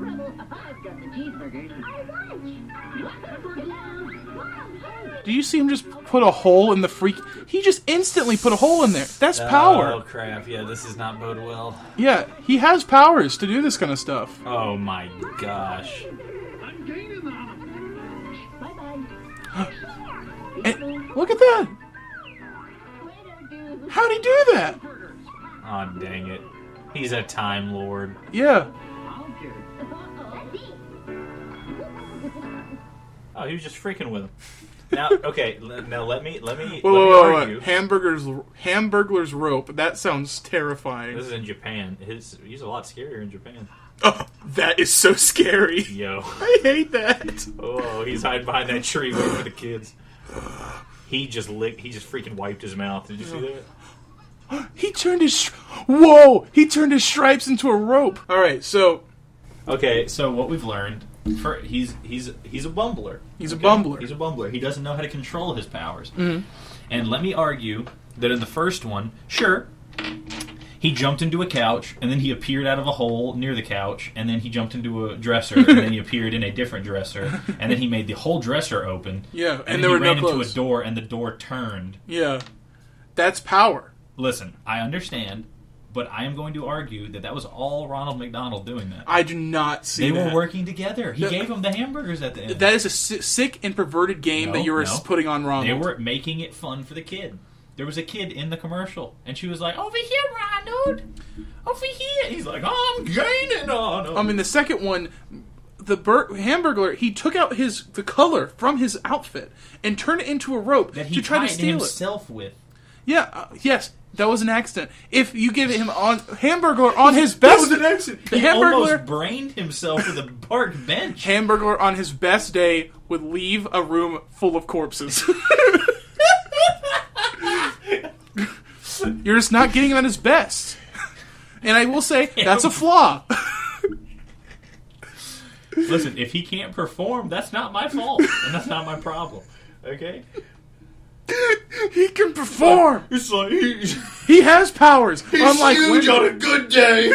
Ronald.
I've got the cheeseburgers.
Our lunch.
Do you see him just put a hole in the freak? He just instantly put a hole in there. That's power.
Oh, crap. Yeah, this is not bode well.
Yeah, he has powers to do this kind of stuff.
Oh, my gosh.
I'm gaining on him.
Bye bye.
And look at that!
Later, dude.
How'd he do that?
Oh, dang it. He's a Time Lord.
Yeah.
I'll get it.
Oh, he was just freaking with him. Now, okay, le- now let me, let
Whoa,
me, let me
whoa, whoa,
argue.
whoa. Hamburger's, Hamburglar's rope. That sounds terrifying.
This is in Japan. His, he's a lot scarier in Japan.
Oh, that is so scary.
Yo.
I hate that.
Oh, he's hiding behind that tree waiting for the kids. He just licked. He just freaking wiped his mouth. Did you see that?
He turned his. str- Whoa! He turned his stripes into a rope. All right, so
Okay, so what we've learned, for, he's he's he's a bumbler.
He's a
Okay?
bumbler.
He's a bumbler. He doesn't know how to control his powers.
Mm-hmm.
And let me argue that in the first one, sure, he jumped into a couch and then he appeared out of a hole near the couch and then he jumped into a dresser and then he appeared in a different dresser and then he made the whole dresser open.
Yeah, and
then
there
he
were no
ran into
clothes.
a door and the door turned.
yeah, that's power.
Listen, I understand, but I am going to argue that that was all Ronald McDonald doing that.
I do not see.
They
that.
were working together. He
No.
gave them the hamburgers at the end.
That is a si- sick and perverted game
No,
that you are
no.
putting on Ronald.
they were making it fun for the kid. There was a kid in the commercial, and she was like, "Over here, Ronald, over here." He's like, "I'm gaining on him."
I mean, Um, the second one, the bur- hamburglar, he took out his the color from his outfit and turned it into a rope
that he
to try to
tied
steal it.
himself with.
Yeah, uh, yes, that was an accident. If you give him on hamburglar on his best, The
He almost
hamburglar,
brained himself with a park bench.
hamburglar on his best day would leave a room full of corpses. You're just not getting him at his best. And I will say that's a flaw.
Listen, if he can't perform, that's not my fault, and that's not my problem. Okay,
he can perform.
it's like
He has powers. unlike women.
a good day.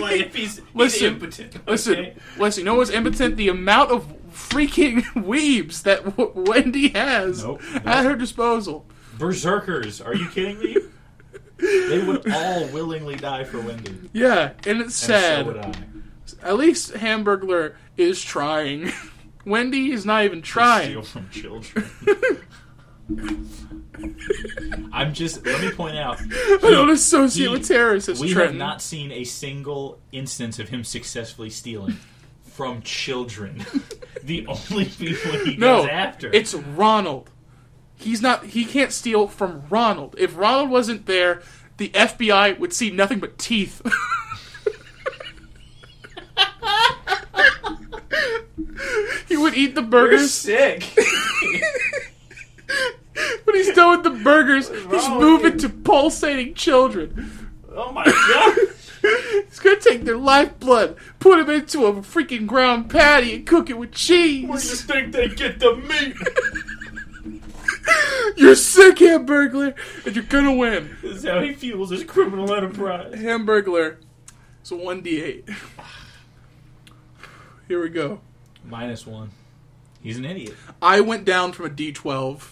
like if he's, he's
Listen,
impotent.
Listen,
okay?
listen. You know what's impotent? The amount of freaking weebs that w- Wendy has
Nope,
at
nope.
her disposal.
berserkers. Are you kidding me? they would all willingly die for Wendy. And
Yeah, and it's sad.
So would I.
at least Hamburglar is trying. Wendy is not even
Steal
trying.
from children. I'm just. Let me point out.
I don't associate with terrorists as
We have
Trenton.
not seen a single instance of him successfully stealing from children. the only people he
No,
goes after.
it's Ronald. He's not. He can't steal from Ronald. If Ronald wasn't there, the FBI would see nothing but teeth. he would eat the
You're
burgers.
sick.
When he's done with the burgers, he's
wrong with
moving
you?
to pulsating children.
oh my god.
He's gonna take their lifeblood, put them into a freaking ground patty, and cook it with
Where do you
cheese.
think they get the meat?
You're sick, Hamburglar, and you're gonna win.
This is how he fuels his criminal enterprise.
Hamburglar. It's a 1d8. Here we go.
Minus one. He's an idiot.
I went down from a d12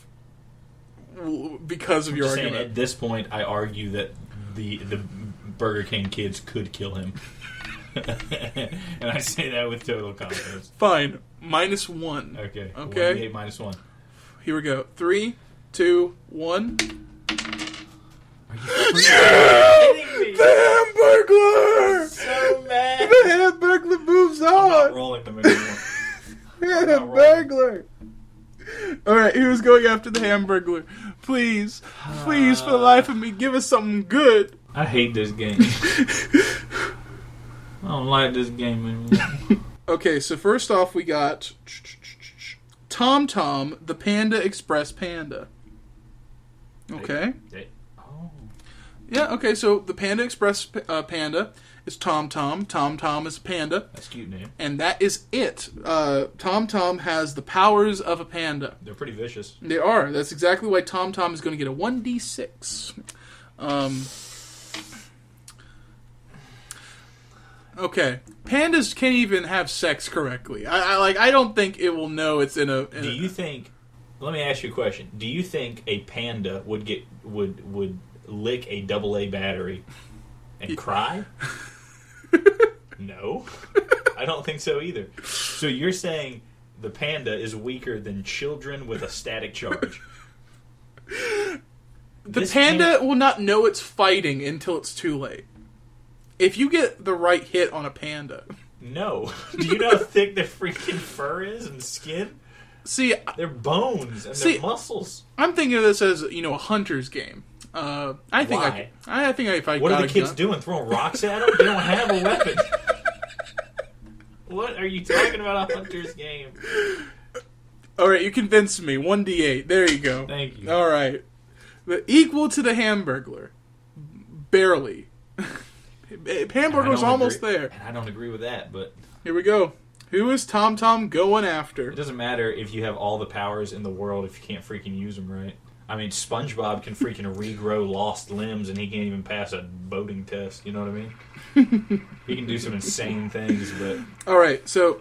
w- because of your
Just saying, at
argument.
this point, I argue that the the Burger King kids could kill him, and I say that with total confidence.
Fine. Minus one.
Okay.
Okay.
One D8 minus one.
Here we go. Three, two, one. Hamburglar!
So mad.
Hamburglar moves
Not
on!
rolling them anymore. wrong.
Hamburglar! Alright, who's going after the Hamburglar? Please, please,
Uh.
for the life of me, give us something good.
I hate this game. I don't like this game anymore.
Okay, so first off, we got Tom Tom, the Panda Express Panda. Okay.
They- oh.
Yeah, okay, so the Panda Express uh, Panda is Tom Tom. Tom Tom is a panda.
That's a cute name.
And that is it. Uh, Tom Tom has the powers of a panda.
They're pretty vicious.
They are. That's exactly why Tom Tom is going to get a 1d6. Um, okay. Pandas can't even have sex correctly. I, I like. I don't think it will know it's in a. In
Do
a-
you think? Let me ask you a question. Do you think a panda would get would would lick a double A battery and cry? no, I don't think so either. So you're saying the panda is weaker than children with a static charge?
the panda will not know it's fighting until it's too late. If you get the right hit on a panda,
no. Do you know how thick their freaking fur is and skin?
see,
Their bones and
See-
their muscles.
I'm thinking of this as you know a hunter's game. Uh, I think
Why?
I, could- I think if I
What
got
are
a
the kids
gun-
doing? Throwing rocks at them? They don't have a weapon. What are you talking about? A hunter's game.
All right, you convinced me. One d eight. There you go.
Thank you.
All right, the equal to the Hamburglar, barely.
I
Hamburglar's
don't
almost
agree-
there.
And I don't agree with that, but
Here we go. Who is Tom Tom going after?
it doesn't matter if you have all the powers in the world if you can't freaking use them right. I mean, SpongeBob can freaking regrow lost limbs, and he can't even pass a boating test. You know what I mean? he can do some insane things, but
All right, so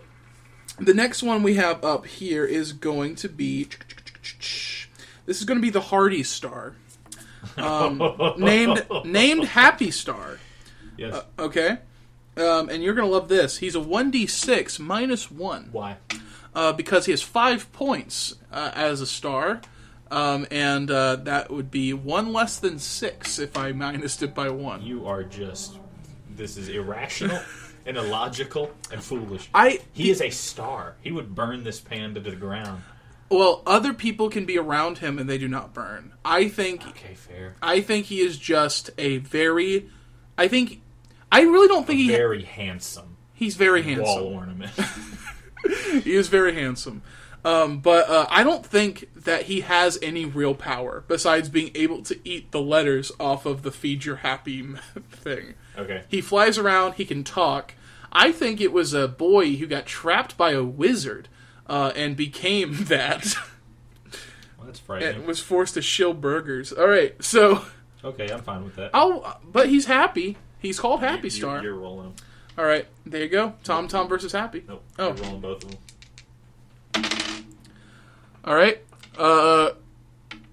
the next one we have up here is going to be. This is going to be the Hardy Star, um, named named Happy Star.
yes.
Okay, um, and you're going to love this. He's a one d six minus one.
Why?
uh, because he has five points uh, as a star, um, and uh, that would be one less than six if I minused it by one.
You are just. This is irrational and illogical and foolish.
I
He is a star. He would burn this panda to the ground.
well, other people can be around him and they do not burn. I think
Okay, fair.
I think he is just a very, I think, I really don't think he
Very handsome
he's very handsome.
wall ornament.
He is very handsome. Um, but uh, I don't think that he has any real power besides being able to eat the letters off of the feed your happy thing.
Okay.
He flies around, he can talk. I think it was a boy who got trapped by a wizard uh, and became that
Well, that's
and
frightening.
was forced to shill burgers. All right, so
Okay, I'm fine with that.
I'll, but he's happy. He's called Happy Star.
You're, you're rolling them.
All right, there you go. Tom Tom versus Happy.
Nope.
Oh.
You're rolling both of them.
All right. Uh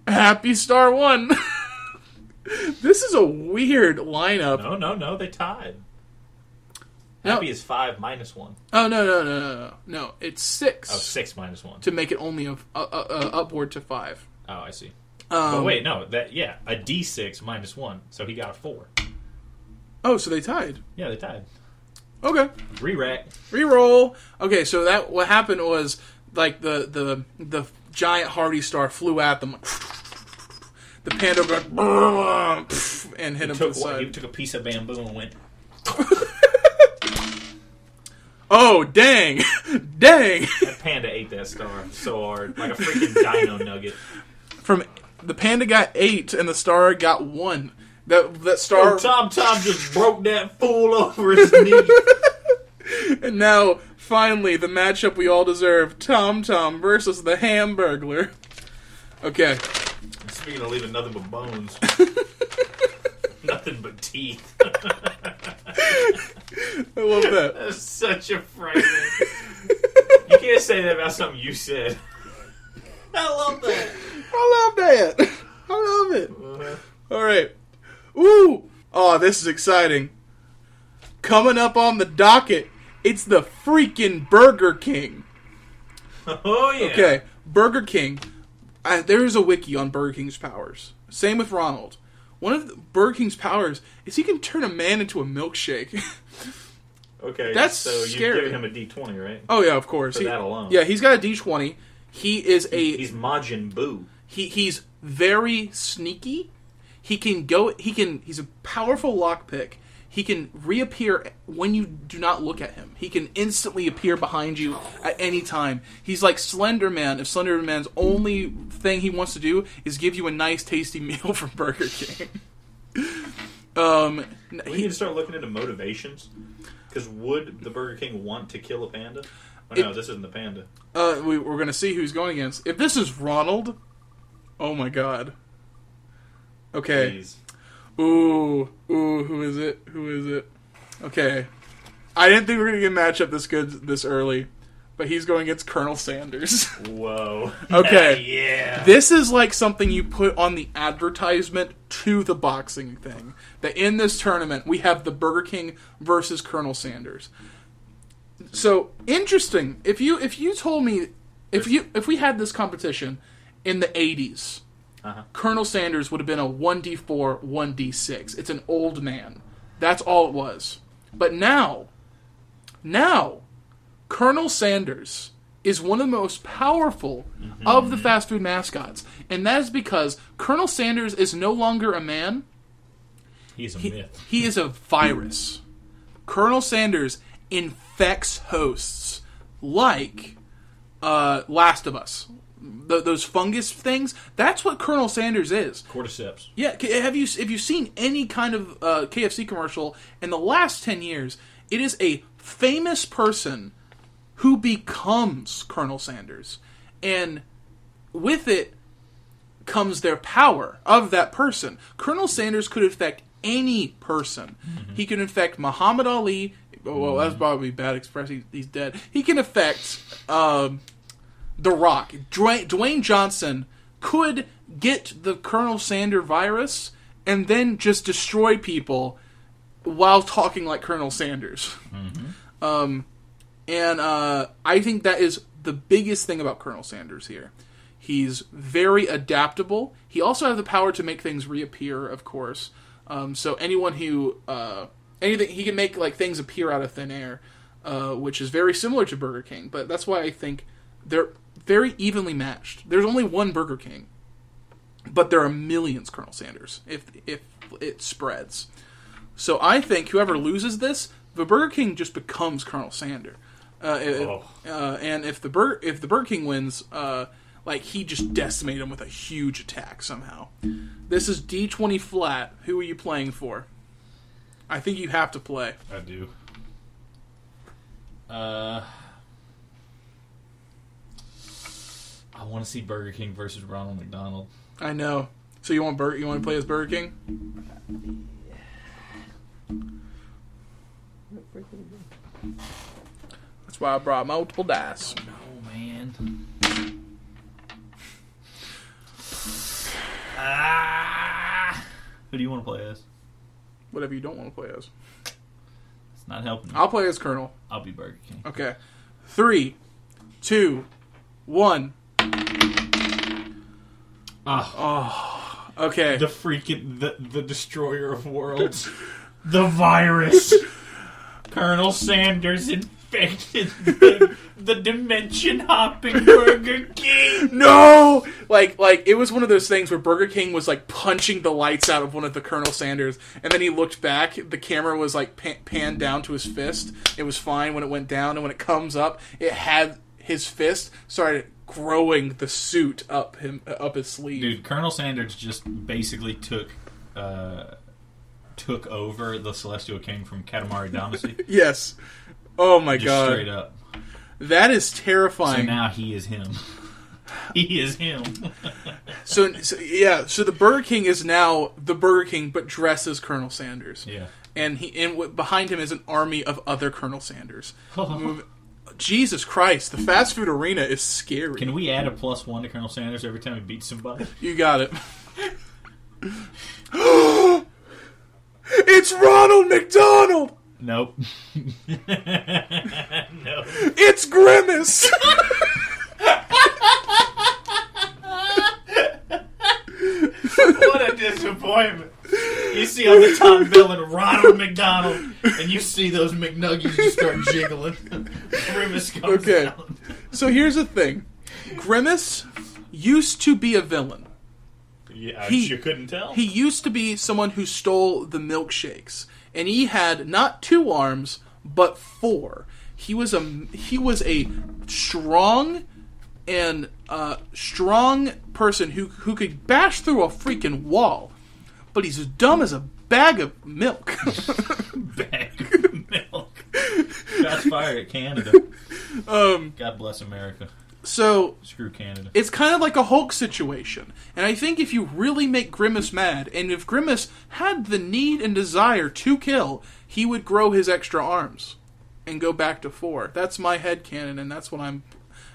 Happy Star 1. this is a weird lineup.
No, no, no. They tied.
No.
Happy is five minus one.
Oh no, no, no, no, no. No, it's 6
Oh, six minus one.
to make it only a, a, a, a uh, upward to 5.
Oh, I see.
Um,
but wait, no. That yeah, a D six minus one. So he got a four.
Oh, so they tied.
Yeah, they tied.
Okay.
Re-rack.
Reroll. Okay, so that what happened was like the the the giant Hardy star flew at them. Like, the panda went and hit him to the
Took one, he
side.
took a piece of bamboo and went.
Oh dang, dang!
That panda ate that star so hard, like a freaking dino nugget.
From the panda got eight and the star got one. That that star
Oh, Tom Tom just broke that fool over his knee.
and now finally the matchup we all deserve: Tom Tom versus the Hamburglar. Okay,
Speaking of leaving nothing but bones, nothing but teeth.
I love that.
That's such a frightening. You can't say that about something you said. I love that.
I love that. I love it.
Uh-huh.
All right. Ooh. Oh, this is exciting. Coming up on the docket, it's the freaking Burger King.
Oh yeah.
Okay, Burger King. I, there is a wiki on Burger King's powers. Same with Ronald. One of the, Burger King's powers is he can turn a man into a milkshake.
Okay.
That's
so you've
scary.
given him a D twenty, right?
oh yeah, of course.
For
He-
that alone.
Yeah, he's got a D twenty. He is a
He's Majin Buu.
He he's very sneaky. He can go. He can. He's a powerful lockpick. He can reappear when you do not look at him. He can instantly appear behind you at any time. He's like Slender Man. If Slender Man's only thing he wants to do is give you a nice, tasty meal from Burger King. um, n-
We
he-
need to start looking into motivations. Because would the Burger King want to kill a panda? Oh, no,
It-
this isn't the panda.
uh, we, we're gonna see who he's going against. If this is Ronald, oh my god. Okay.
Please.
Ooh, ooh, who is it? Who is it? Okay. I didn't think we were gonna get a matchup this good this early, but he's going against Colonel Sanders.
Whoa.
Okay.
yeah.
this is like something you put on the advertisement to the boxing thing. That in this tournament we have the Burger King versus Colonel Sanders. So interesting. If you if you told me if you if we had this competition in the eighties,
Uh-huh.
Colonel Sanders would have been a one D four, one D six. It's an old man. That's all it was. But now, now, Colonel Sanders is one of the most powerful of the fast food mascots, and that is because Colonel Sanders is no longer a man.
He's a myth.
He is a virus. Colonel Sanders infects hosts like uh, Last of Us. Th- those fungus things. That's what Colonel Sanders is.
Cordyceps.
Yeah, c- have you have you seen any kind of uh, KFC commercial in the last ten years? It is a famous person who becomes Colonel Sanders, and with it comes their power of that person. Colonel Sanders could infect any person. He can infect Muhammad Ali. oh, Well, that's probably bad express. He, he's dead. He can affect um, The Rock. Dwayne, Dwayne Johnson could get the Colonel Sanders virus and then just destroy people while talking like Colonel Sanders. And uh, I think that is the biggest thing about Colonel Sanders here. He's very adaptable. He also has the power to make things reappear, of course. Um, so anyone who uh, anything he can make like things appear out of thin air, uh, which is very similar to Burger King. But that's why I think they're very evenly matched. There's only one Burger King, but there are millions Colonel Sanders if if it spreads. So I think whoever loses this, the Burger King just becomes Colonel Sanders. Uh, it-
Oh.
uh, and if the Bur- if the Burger King wins, uh, like he just decimated him with a huge attack somehow. This is D twenty flat. Who are you playing for? I think you have to play.
I do.
Uh,
I want to see Burger King versus Ronald McDonald.
I know. So you want Bur- you want to play as Burger King? That's why I brought multiple dice.
Oh man. Ah!
who do you want to play as?
Whatever you don't want to play as.
It's not helping.
I'll play as Colonel.
I'll be Burger King.
Okay. Three, two, one. Oh. Okay.
The freaking the the destroyer of worlds. the virus.
Colonel Sanders infected the, the dimension hopping Burger King.
No, like like it was one of those things where Burger King was like punching the lights out of one of the Colonel Sanders, and then he looked back. The camera was like pan- panned down to his fist. It was fine when it went down, and when it comes up, it had his fist started growing the suit up him uh, up his sleeve.
Dude, Colonel Sanders just basically took uh, took over the Celestial King from Katamari Damacy. just
Yes. Oh my god,
straight up.
that is
So
terrifying.
now he is him. he is him.
So, so yeah, so the Burger King is now the Burger King, but dressed as Colonel Sanders.
yeah.
and he and w- behind him is an army of other Colonel Sanders. Move- Jesus Christ, the fast food arena is scary.
Can we add a plus one to Colonel Sanders every time he beats somebody?
you got it. it's Ronald McDonald.
Nope. no.
It's Grimace.
What a disappointment. You see on the top villain Ronald McDonald, and you see those McNuggies just start jiggling. Grimace comes
Okay.
out.
so here's the thing, Grimace used to be a villain.
Yeah,
He-
you couldn't tell.
He used to be someone who stole the milkshakes, and he had not two arms but four. He was a he was a strong and uh, strong person who who could bash through a freaking wall, but he's dumb as a bag of milk.
bag of milk. Shots fired at Canada. Um, God bless America.
so
Screw Canada.
it's kind of like a Hulk situation. And I think if you really make Grimace mad, and if Grimace had the need and desire to kill, he would grow his extra arms and go back to four. That's my headcanon, and that's what I'm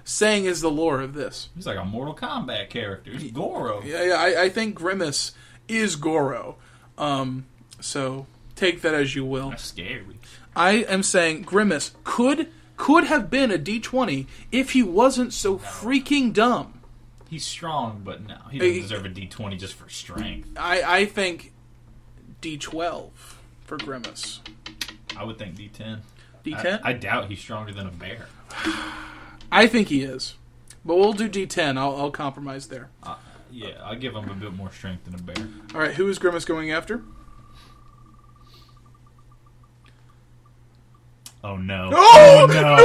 saying is the lore of this.
He's like a Mortal Kombat character. He's Goro.
Yeah, yeah, I, I think Grimace is Goro. Um, so take that as you will.
That's scary.
I am saying Grimace could could have been a D20 if he wasn't so freaking dumb.
He's strong, but no, he doesn't
Hey.
deserve a D twenty just for strength.
I, I think D12 for Grimace.
I would think D ten.
D10?
I, I doubt he's stronger than a bear.
I think he is. But we'll do D10. I'll, I'll compromise there.
Yeah, I give him a bit more strength than a bear.
All right, who is Grimace going after?
Oh no!
Oh,
no!
no!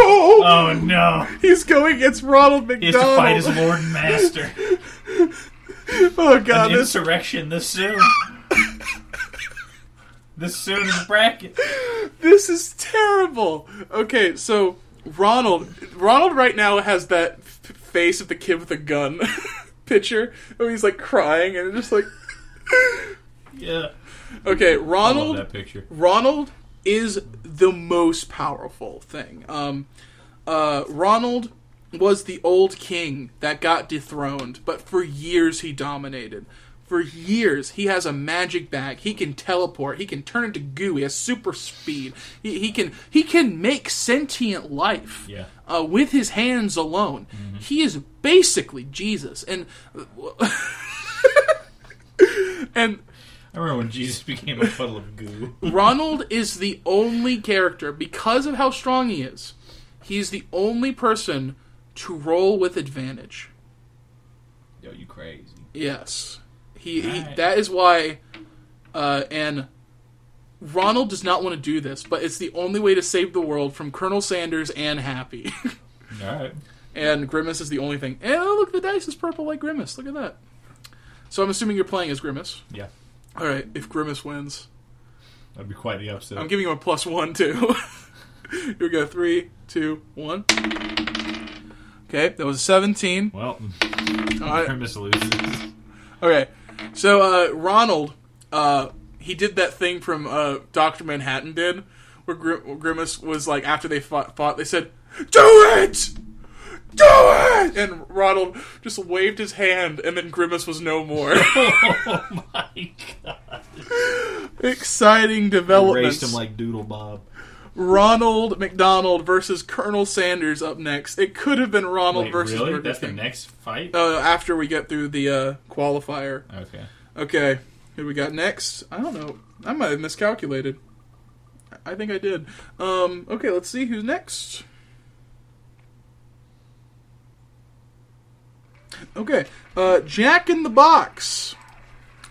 Oh no!
He's going against Ronald
He has to fight
McDonald.
his lord and master.
oh, God.
An
This,
insurrection Uh, this soon. this soon is bracket.
this is terrible. Okay, so Ronald. Ronald right now has that f- face of the kid with a gun picture. Oh, he's like crying and just like.
Yeah.
Okay,
I love
Ronald.
that picture.
Ronald is the most powerful thing. Um, uh, Ronald was the old king that got dethroned, but for years he dominated. For years, he has a magic bag. He can teleport. He can turn into goo. He has super speed. He, he can he can make sentient life
Yeah.
uh, with his hands alone. He is basically Jesus. And and
I remember when Jesus became a puddle of goo.
Ronald is the only character because of how strong he is. He is the only person to roll with advantage.
Yo, you crazy.
Yes, he, he
Alright.
that is why. Uh, and Ronald does not want to do this, but it's the only way to save the world from Colonel Sanders and Happy.
Alright.
and Grimace is the only thing. And oh, look, the dice is purple like Grimace. Look at that. So I'm assuming you're playing as Grimace.
Yeah.
All right, if Grimace wins,
That'd be quite the upset.
I'm giving him a plus one too. Here we go. Three, two, one. Okay, that was a seventeen.
well,
All right.
Grimace loses.
Okay, so uh, Ronald, uh, he did that thing from uh, Doctor Manhattan did, where Gr- Grimace was like, after they fought, fought, they said, "Do it, do it," and Ronald just waved his hand, and then Grimace was no more.
oh my god.
Exciting
Erased
developments.
him like Doodle Bob.
Ronald McDonald versus Colonel Sanders up next. It could have been Ronald
Wait,
versus
really?
Burger
That's the
King.
next fight?
Uh, after we get through the uh, qualifier.
Okay.
Okay, who we got next? I don't know. I might have miscalculated. I think I did. Um, okay, let's see who's next. Okay, uh, Jack in the Box.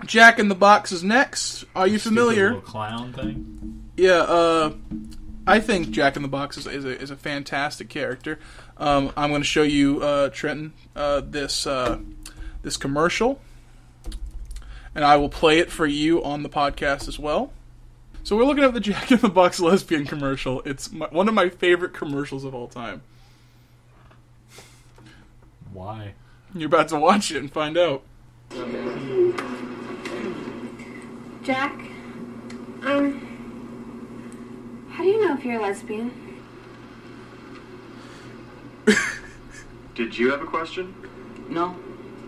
Jack in the Box is next. Are you familiar?
Little clown thing.
Yeah, uh, I think Jack in the Box is, is, a, is a fantastic character. Um, I'm going to show you, uh, Trenton, uh, this uh, this commercial, and I will play it for you on the podcast as well. So we're looking at the Jack in the Box lesbian commercial. It's my, one of my favorite commercials of all time.
Why?
You're about to watch it and find out.
Jack, um, how do you know if you're a lesbian?
Did you have a question?
No.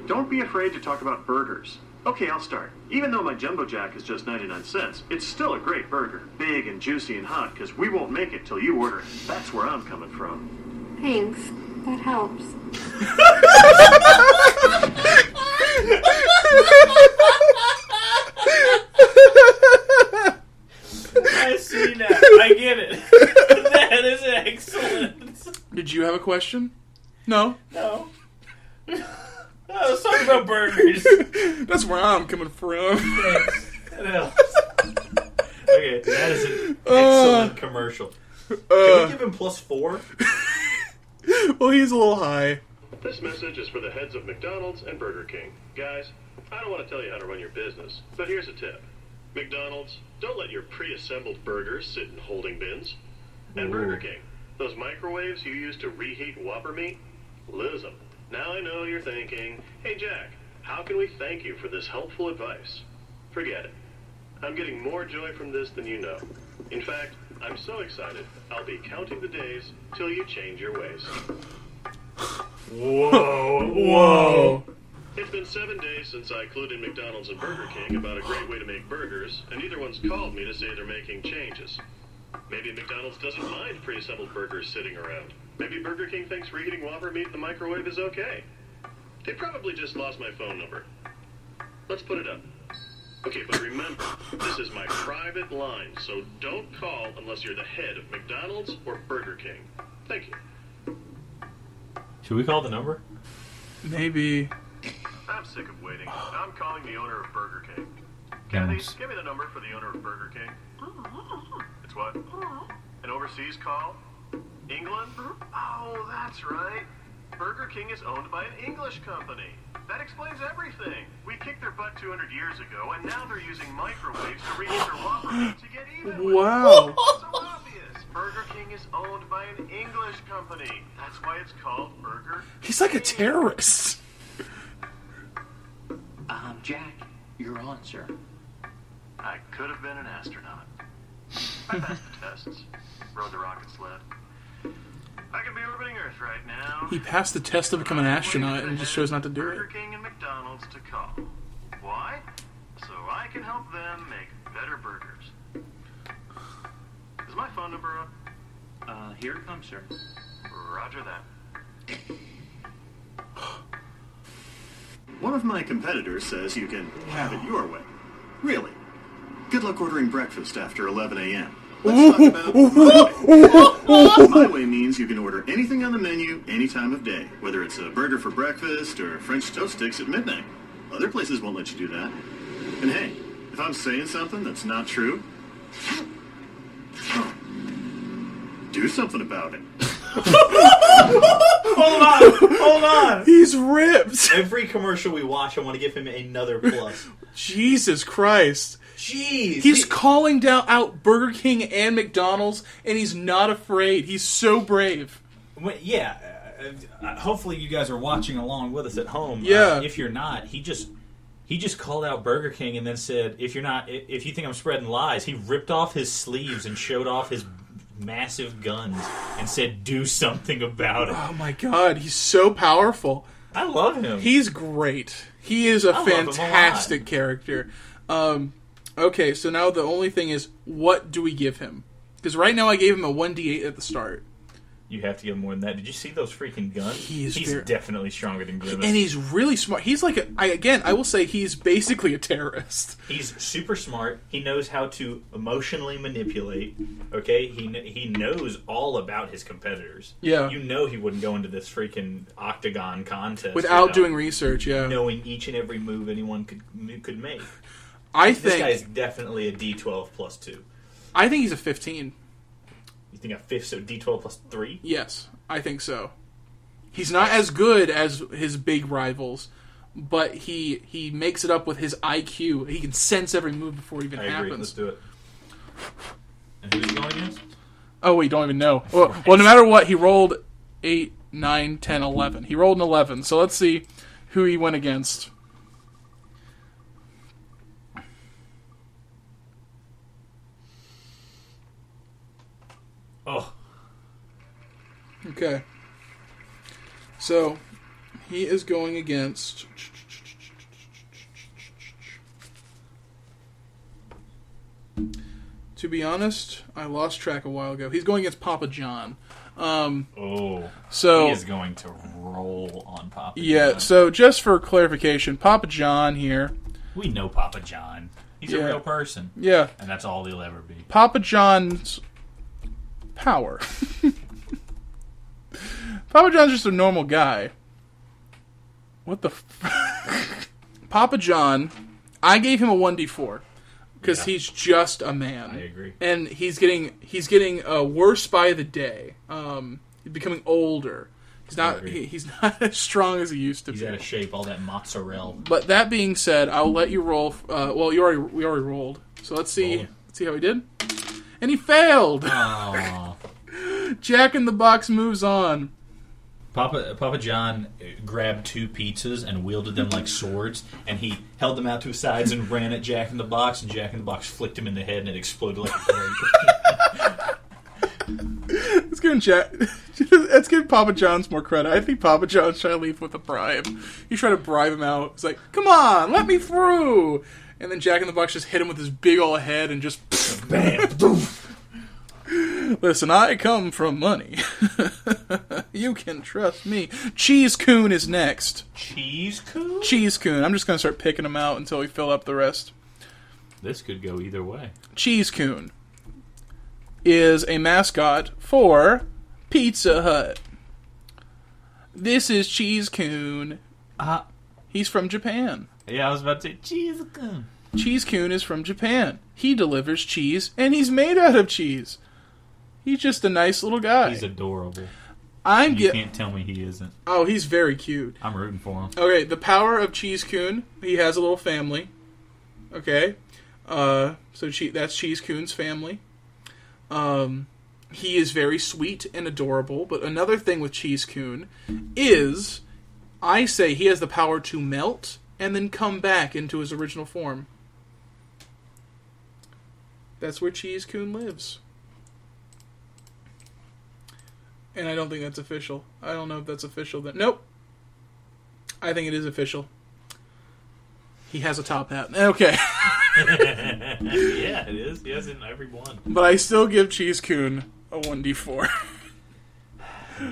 Don't be afraid to talk about burgers. Okay, I'll start. Even though my Jumbo Jack is just 99 cents, it's still a great burger. Big and juicy and hot, because we won't make it till you order it. That's where I'm coming from.
Thanks. That helps.
I see now. I get it. that is excellent.
Did you have a question? No.
Oh.
No. I was talking about burgers.
That's where I'm coming from.
No.
Okay, that is an
Uh.
excellent commercial. Can we give him plus four?
Well, he's a little high.
This message is for the heads of McDonald's and Burger King. Guys, I don't want to tell you how to run your business, but here's a tip. McDonald's, don't let your pre-assembled burgers sit in holding bins. And Burger King, those microwaves you use to reheat Whopper meat, lose them. Now I know you're thinking, hey Jack, how can we thank you for this helpful advice? Forget it. I'm getting more joy from this than you know. In fact, I'm so excited, I'll be counting the days till you change your ways.
Whoa.
It's been seven days since I clued in McDonald's and Burger King about a great way to make burgers, and neither one's called me to say they're making changes. Maybe McDonald's doesn't mind pre-assembled burgers sitting around. Maybe Burger King thinks reheating Whopper meat in the microwave is okay. They probably just lost my phone number. Let's put it up. Okay, but remember, this is my private line, so don't call unless you're the head of McDonald's or Burger King. Thank you.
Should we call the number?
Maybe.
I'm sick of waiting. I'm calling the owner of Burger King. Kathy,
Yes.
give me the number for the owner of Burger King. It's what? An overseas call? England? Oh, that's right. Burger King is owned by an English company. That explains everything. We kicked their butt 200 years ago, and now they're using microwaves to reheat their Whopper meat to get even. with
Wow.
so obvious. Burger King is owned by an English company. That's why it's called Burger.
He's like a terrorist.
Um, Jack, you're on, sir.
I could have been an astronaut. I passed the tests. Rode the rocket sled. I could be orbiting Earth right now.
He passed the test to become an astronaut and just chose not to do
Burger
it.
King and McDonald's to call. Why? So I can help them make better burgers. Is my phone number up?
Uh, here it comes, sir.
Roger that. One of my competitors says you can have it your way. Really? Good luck ordering breakfast after 11 a.m. Let's talk about my way. my way means you can order anything on the menu any time of day, whether it's a burger for breakfast or French toast sticks at midnight. Other places won't let you do that. And hey, if I'm saying something that's not true, do something about it.
Hold on.
He's ripped.
Every commercial we watch, I want to give him another plus.
Jesus Christ.
Jeez.
He's
he-
calling down out Burger King and McDonald's, and he's not afraid. He's so brave.
Well, yeah. uh, uh, hopefully, you guys are watching along with us at home.
Yeah.
Uh, if you're not, he just he just called out Burger King and then said, "If you're not, i- if you think I'm spreading lies," he ripped off his sleeves and showed off his massive guns and said, "Do something about
Oh
it."
my God, he's so powerful.
I love him.
He's great. He is a
love him a lot.
fantastic character. Um, okay, so now the only thing is, what do we give him? Because right now I gave him a one d eight at the start.
You have to give him more than that. Did you see those freaking guns?
He is
He's
very-
definitely stronger than Grimace.
And he's really smart. He's like, a, I again, I will say he's basically a terrorist.
He's super smart. He knows how to emotionally manipulate. Okay, he kn- he knows all about his competitors.
Yeah.
you know he wouldn't go into this freaking octagon contest
Without doing research, yeah.
knowing each and every move anyone could could make.
I
This guy
think
is definitely a D twelve plus two.
I think he's a 15.
You think a fifth so D twelve plus three?
Yes, I think so. He's not as good as his big rivals, but he he makes it up with his IQ. He can sense every move before it even
I agree.
happens.
Let's do it. And who's going against?
Oh, we don't even know. Well, well, no matter what, he rolled 8, 9, 10, 11. He rolled an 11. So let's see who he went against.
Oh,
Okay. So he is going against. To be honest, I lost track a while ago. He's going against Papa John. Um,
oh,
so
he is going to roll on Papa.
yeah,
John.
so just for clarification, Papa John here.
we know Papa John. He's
Yeah.
a real person,
Yeah,
and that's all he'll ever be.
Papa John's power. Papa John's just a normal guy. What the? F- Papa John, I gave him a one d four because
Yeah.
he's just a man.
I agree.
And he's getting he's getting uh, worse by the day. Um, he's becoming older. He's not
agree.
he, he's not as strong as he used to
He's
be.
out of shape. All that mozzarella.
But that being said, I'll let you roll. Uh, well, you already we already rolled, so let's see
Roll.
let's see how he did. And he failed.
Oh.
Jack in the Box moves on.
Papa Papa John uh, grabbed two pizzas and wielded them like swords, and he held them out to his sides and ran at Jack in the Box, and Jack in the Box flicked him in the head, and it exploded like a grape.
Let's give him Jack. Let's give Papa John's more credit. I think Papa John's trying to leave with a bribe. He's trying to bribe him out. He's like, "Come on, let me through." And then Jack in the Box just hit him with his big old head and just
Bam! Doof.
Listen, I come from money. you can trust me. Cheese Coon is next.
Cheese coon.
Cheese Coon. I'm just gonna start picking them out until we fill up the rest.
This could go either way.
Cheese Coon is a mascot for Pizza Hut. This is Cheese Coon.
Ah,
He's from Japan.
yeah, I was about to say cheese coon.
Cheese Coon is from Japan. He delivers cheese and he's made out of cheese. He's just a nice little guy.
He's adorable.
I'm
You
get
can't tell me he isn't.
Oh, he's very cute.
I'm rooting for him.
Okay, the power of Cheese Coon. He has a little family. Okay, uh, so che- that's Cheese Coon's family. Um, he is very sweet and adorable. But another thing with Cheese Coon is, I say he has the power to melt and then come back into his original form. That's where Cheese Coon lives. And I don't think that's official. I don't know if that's official. That nope. I think it is official. He has a top hat. Okay.
yeah, it is. He has it in every one.
but I still give Cheese Coon a 1d4.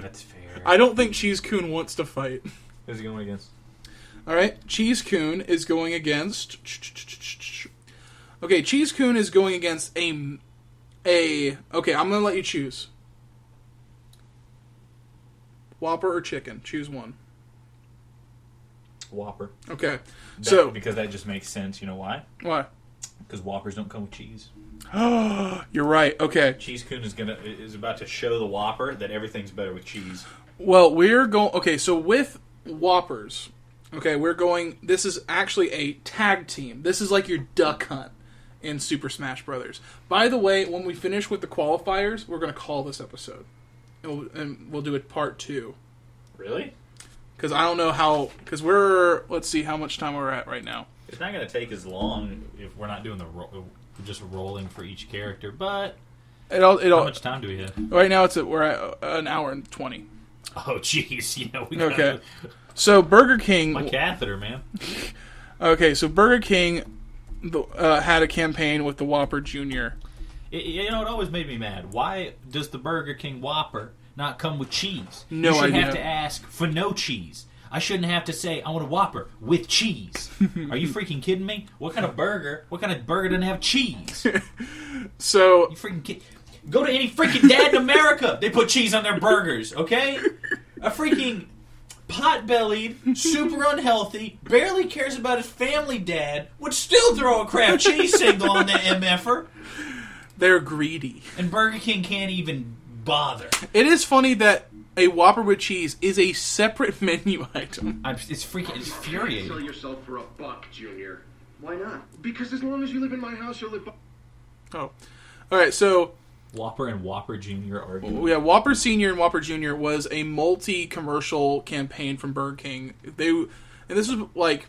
That's fair.
I don't think Cheese Coon wants to fight.
Who's he going against?
All right, Cheese Coon is going against. Okay, Cheese Coon is going against a, a. Okay, I'm gonna let you choose. Whopper or chicken? Choose one.
Whopper.
Okay.
That-
So
because that just makes sense. You know why?
why?
Because Whoppers don't come with cheese.
You're right. Okay.
Cheese Coon is gonna is about to show the Whopper that everything's better with cheese.
Well, we're going. Okay, so with Whoppers, okay, we're going. This is actually a tag team. This is like your duck hunt in Super Smash Brothers. By the way, when we finish with the qualifiers, we're going to call this episode, and we'll, and we'll do it part two.
Really?
Because I don't know how. Because we're let's see how much time we're at right now.
It's not gonna take as long if we're not doing the ro- uh, just rolling for each character. But
It all. It
how
all.
much time do we have?
Right now, it's at, we're at uh, an hour and twenty.
Oh, jeez. Yeah, we got
Okay. So Burger King.
my catheter, man.
Okay, so Burger King the, uh, had a campaign with the Whopper Junior.
It, you know, it always made me mad. Why does the Burger King Whopper not come with cheese.
No
you shouldn't
idea.
have to ask for no cheese. I shouldn't have to say I want a Whopper with cheese. Are you freaking kidding me? What kind of burger? What kind of burger doesn't have cheese? You
So
freaking kid. Go to any freaking dad in America. They put cheese on their burgers. Okay, a freaking pot-bellied, super unhealthy, barely cares about his family dad would still throw a crap cheese single on that mf'er.
they're greedy.
And Burger King can't even bother.
It is funny that a Whopper with cheese is a separate menu item.
I'm, it's freaking it's
Sell
infuriating.
yourself for a buck, Junior. Why not? Because as long as you live in my house, you'll live. bu-
Oh, all right. So
Whopper and Whopper Junior arguing.
yeah, Whopper Senior and Whopper Junior was a multi-commercial campaign from Burger King. They and this was like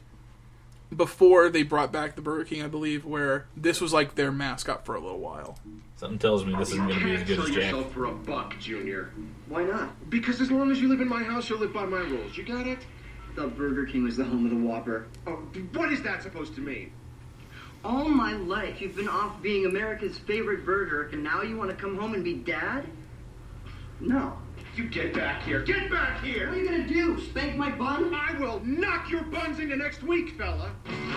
before they brought back the Burger King, I believe, where this was like their mascot for a little while.
Something tells me this isn't going to be as good
Sell
as Jack.
yourself for a buck, Junior. Why not? Because as long as you live in my house, you'll live by my rules. You got it?
Thought Burger King was the home of the Whopper.
Oh, what is that supposed to mean?
All my life, you've been off being America's favorite burger, and now you want to come home and be dad? No.
You get back here. Get back
What are
here!
you gonna do? Spank my bun?
I will knock your buns into next week, fella.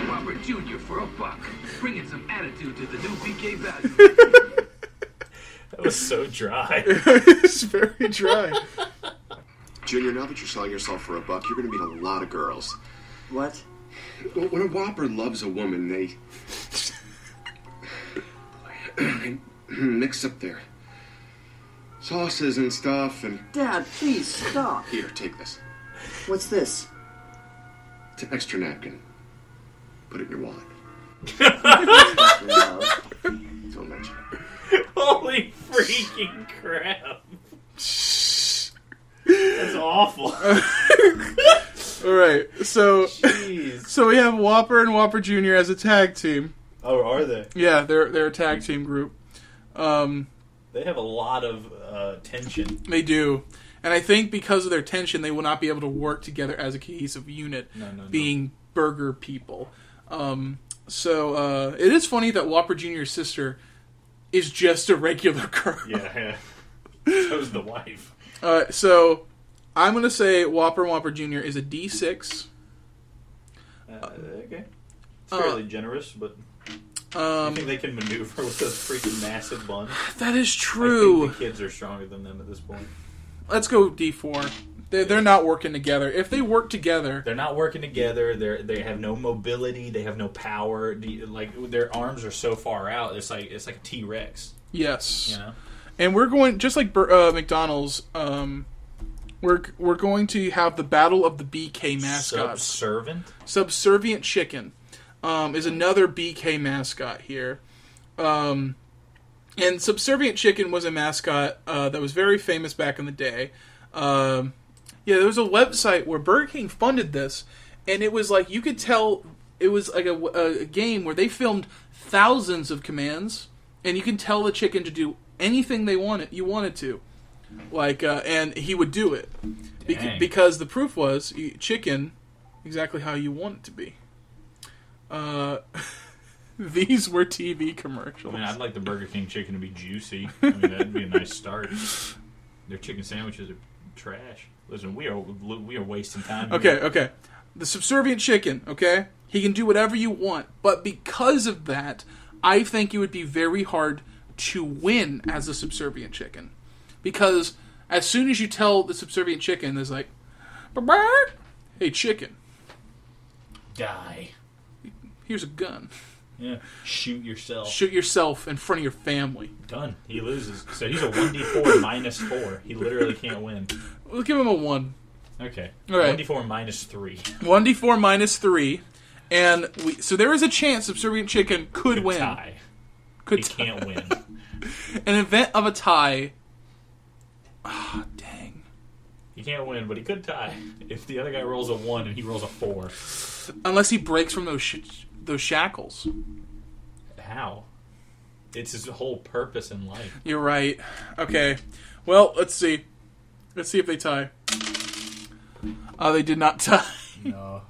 Robert Jr. for a buck. Bringing some attitude to the new BK value.
That was so dry.
it's very dry.
Junior, now that you're selling yourself for a buck, you're going to meet a lot of girls.
What?
Well, when a whopper loves a woman, they they mix up their sauces and stuff. And
Dad, please stop.
here, take this.
What's this?
It's an extra napkin. Put it in your wallet.
No.
Don't mention it.
Holy freaking crap. That's awful.
All right, so
Jeez.
so we have Whopper and Whopper Junior as a tag team.
Oh, are they?
Yeah, they're they're a tag team group. Um,
they have a lot of uh, tension.
They do. And I think because of their tension, they will not be able to work together as a cohesive unit,
No, no, no.
being burger people. Um, so uh, it is funny that Whopper Jr.'s sister is just a regular girl.
Yeah, yeah. So's the wife.
Uh, so I'm going to say Whopper and Whopper Jr. is a D6.
Uh, okay. It's fairly generous, but I
Uh, Um,
think they can maneuver with those freaking massive buns.
that is
I
true.
think the kids are stronger than them at this point.
Let's go D4. They're, they're not working together. If they work together,
They're not working together. They they have no mobility. They have no power. The- Like their arms are so far out. It's like it's like a T Rex.
yes.
You know.
and we're going just like Bur- uh, McDonald's. Um, we're we're going to have the battle of the BK mascots.
Subservient.
Subservient chicken um, is another BK mascot here. Um, and subservient chicken was a mascot uh, that was very famous back in the day. Um, yeah, there was a website where Burger King funded this, and it was like you could tell it was like a, a game where they filmed thousands of commands, and you can tell the chicken to do anything they wanted you wanted to, like uh, and he would do it Bec-
Dang.
because the proof was you- chicken exactly how you want it to be. Uh, these were TV commercials.
I mean, I'd like the Burger King chicken to be juicy. I mean, that'd be a nice start. Their chicken sandwiches are trash. Listen, we are we are wasting time. here.
Okay, okay. The subservient chicken, okay? He can do whatever you want, but because of that, I think it would be very hard to win as a subservient chicken. Because as soon as you tell the subservient chicken, there's like, "Brr, hey, chicken,
die.
here's a gun.
Yeah, shoot yourself.
Shoot yourself in front of your family.
Done. He loses. So he's a one d four minus four. He literally can't win.
We'll give him a 1.
Okay.
All right.
One d four minus three.
1d4 minus 3. And we, so there is a chance subservient chicken could, win.
Tie.
Could
He
tie.
can't win.
An event of a tie. Ah, dang.
He can't win, but he could tie if the other guy rolls a one and he rolls a four.
Unless he breaks from those sh- those shackles.
How? It's his whole purpose in life.
You're right. Okay. Well, let's see. Let's see if they tie. Oh, they did not tie.
No.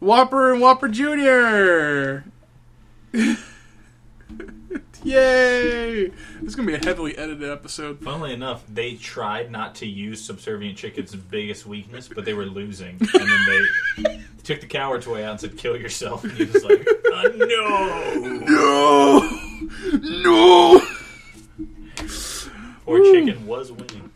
Whopper and Whopper Jr. Yay! see. This is gonna be a heavily edited episode.
Funnily enough, they tried not to use subservient chicken's biggest weakness, but they were losing, and then they took the coward's way out and said, "Kill yourself." And he was like, "Uh, "No."
No, no.
Poor chicken was winning.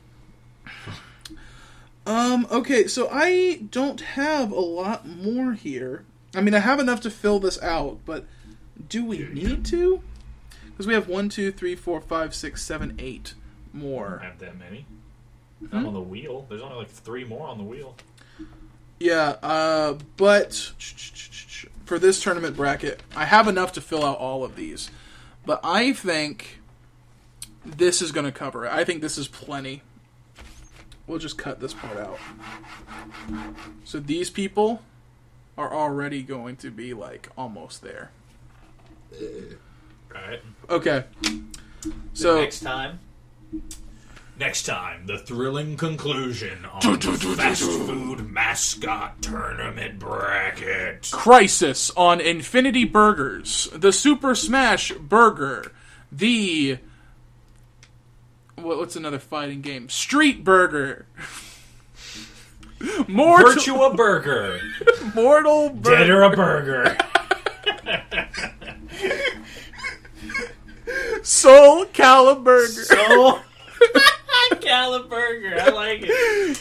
Um. Okay. So I don't have a lot more here. I mean, I have enough to fill this out, but do we need to? Because we have one, two, three, four, five, six, seven, eight
I
more.
have that many.
Hmm?
Not on the wheel. There's only like three more on the wheel.
Yeah. Uh. But for this tournament bracket, I have enough to fill out all of these. But I think this is going to cover it. I think this is plenty. We'll just cut this part out. So these people are already going to be like almost there.
All right.
Okay. So
next time. Next time, the thrilling conclusion on the fast food mascot tournament bracket.
Crisis on Infinity Burgers, the Super Smash Burger, the what, what's another fighting game? Street Burger. Mortal,
Virtua Burger.
Mortal Burger.
Dead or a burger.
Soul Caliburger.
Oh, Caliburger. I like it.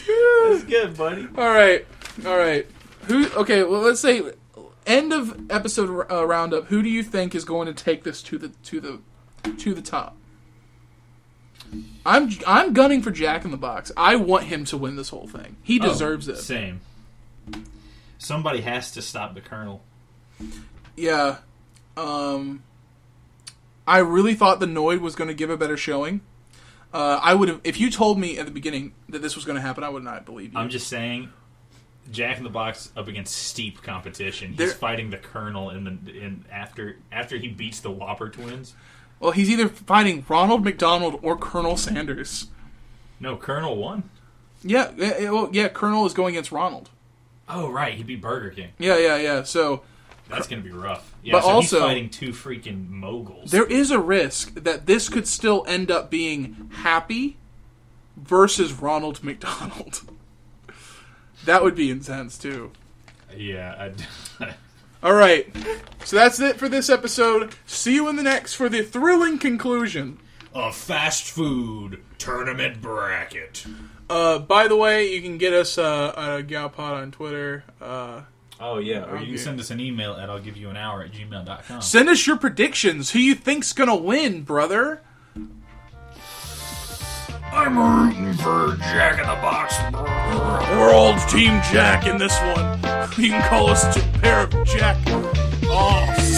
It's good, buddy.
All right, all right. Who? Okay. Well, let's say end of episode uh, roundup. Who do you think is going to take this to the to the to the top? I'm I'm gunning for Jack in the Box. I want him to win this whole thing. He deserves it.
Oh, Same. Somebody has to stop the colonel.
Yeah. Um I really thought the Noid was going to give a better showing. Uh, I would have if you told me at the beginning that this was going to happen. I would not believe you.
I'm just saying, Jack in the Box up against steep competition. He's
There-
fighting the colonel in the in after after he beats the Whopper twins.
well, he's either fighting Ronald McDonald or Colonel Sanders.
No, Colonel won.
Yeah, yeah, yeah, well, yeah. Colonel is going against Ronald.
Oh right, he beat Burger King.
Yeah, yeah, yeah. So
That's gonna be rough. Yeah,
But
so
also-
he's fighting two freaking moguls.
there is a risk that this could still end up being Happy versus Ronald McDonald. that would be intense too.
Yeah, I,
All right. So that's it for this episode. See you in the next for the thrilling conclusion.
a fast food tournament bracket.
Uh, by the way, you can get us uh, on GalPod on Twitter. Uh,
Oh yeah, or you
Okay.
can send us an email at I'll give you an hour at gmail.com.
send us your predictions. Who you think's gonna win, brother?
I'm rooting for Jack in the Box.
We're all Team Jack in this one. You can call us a pair of Jack offs.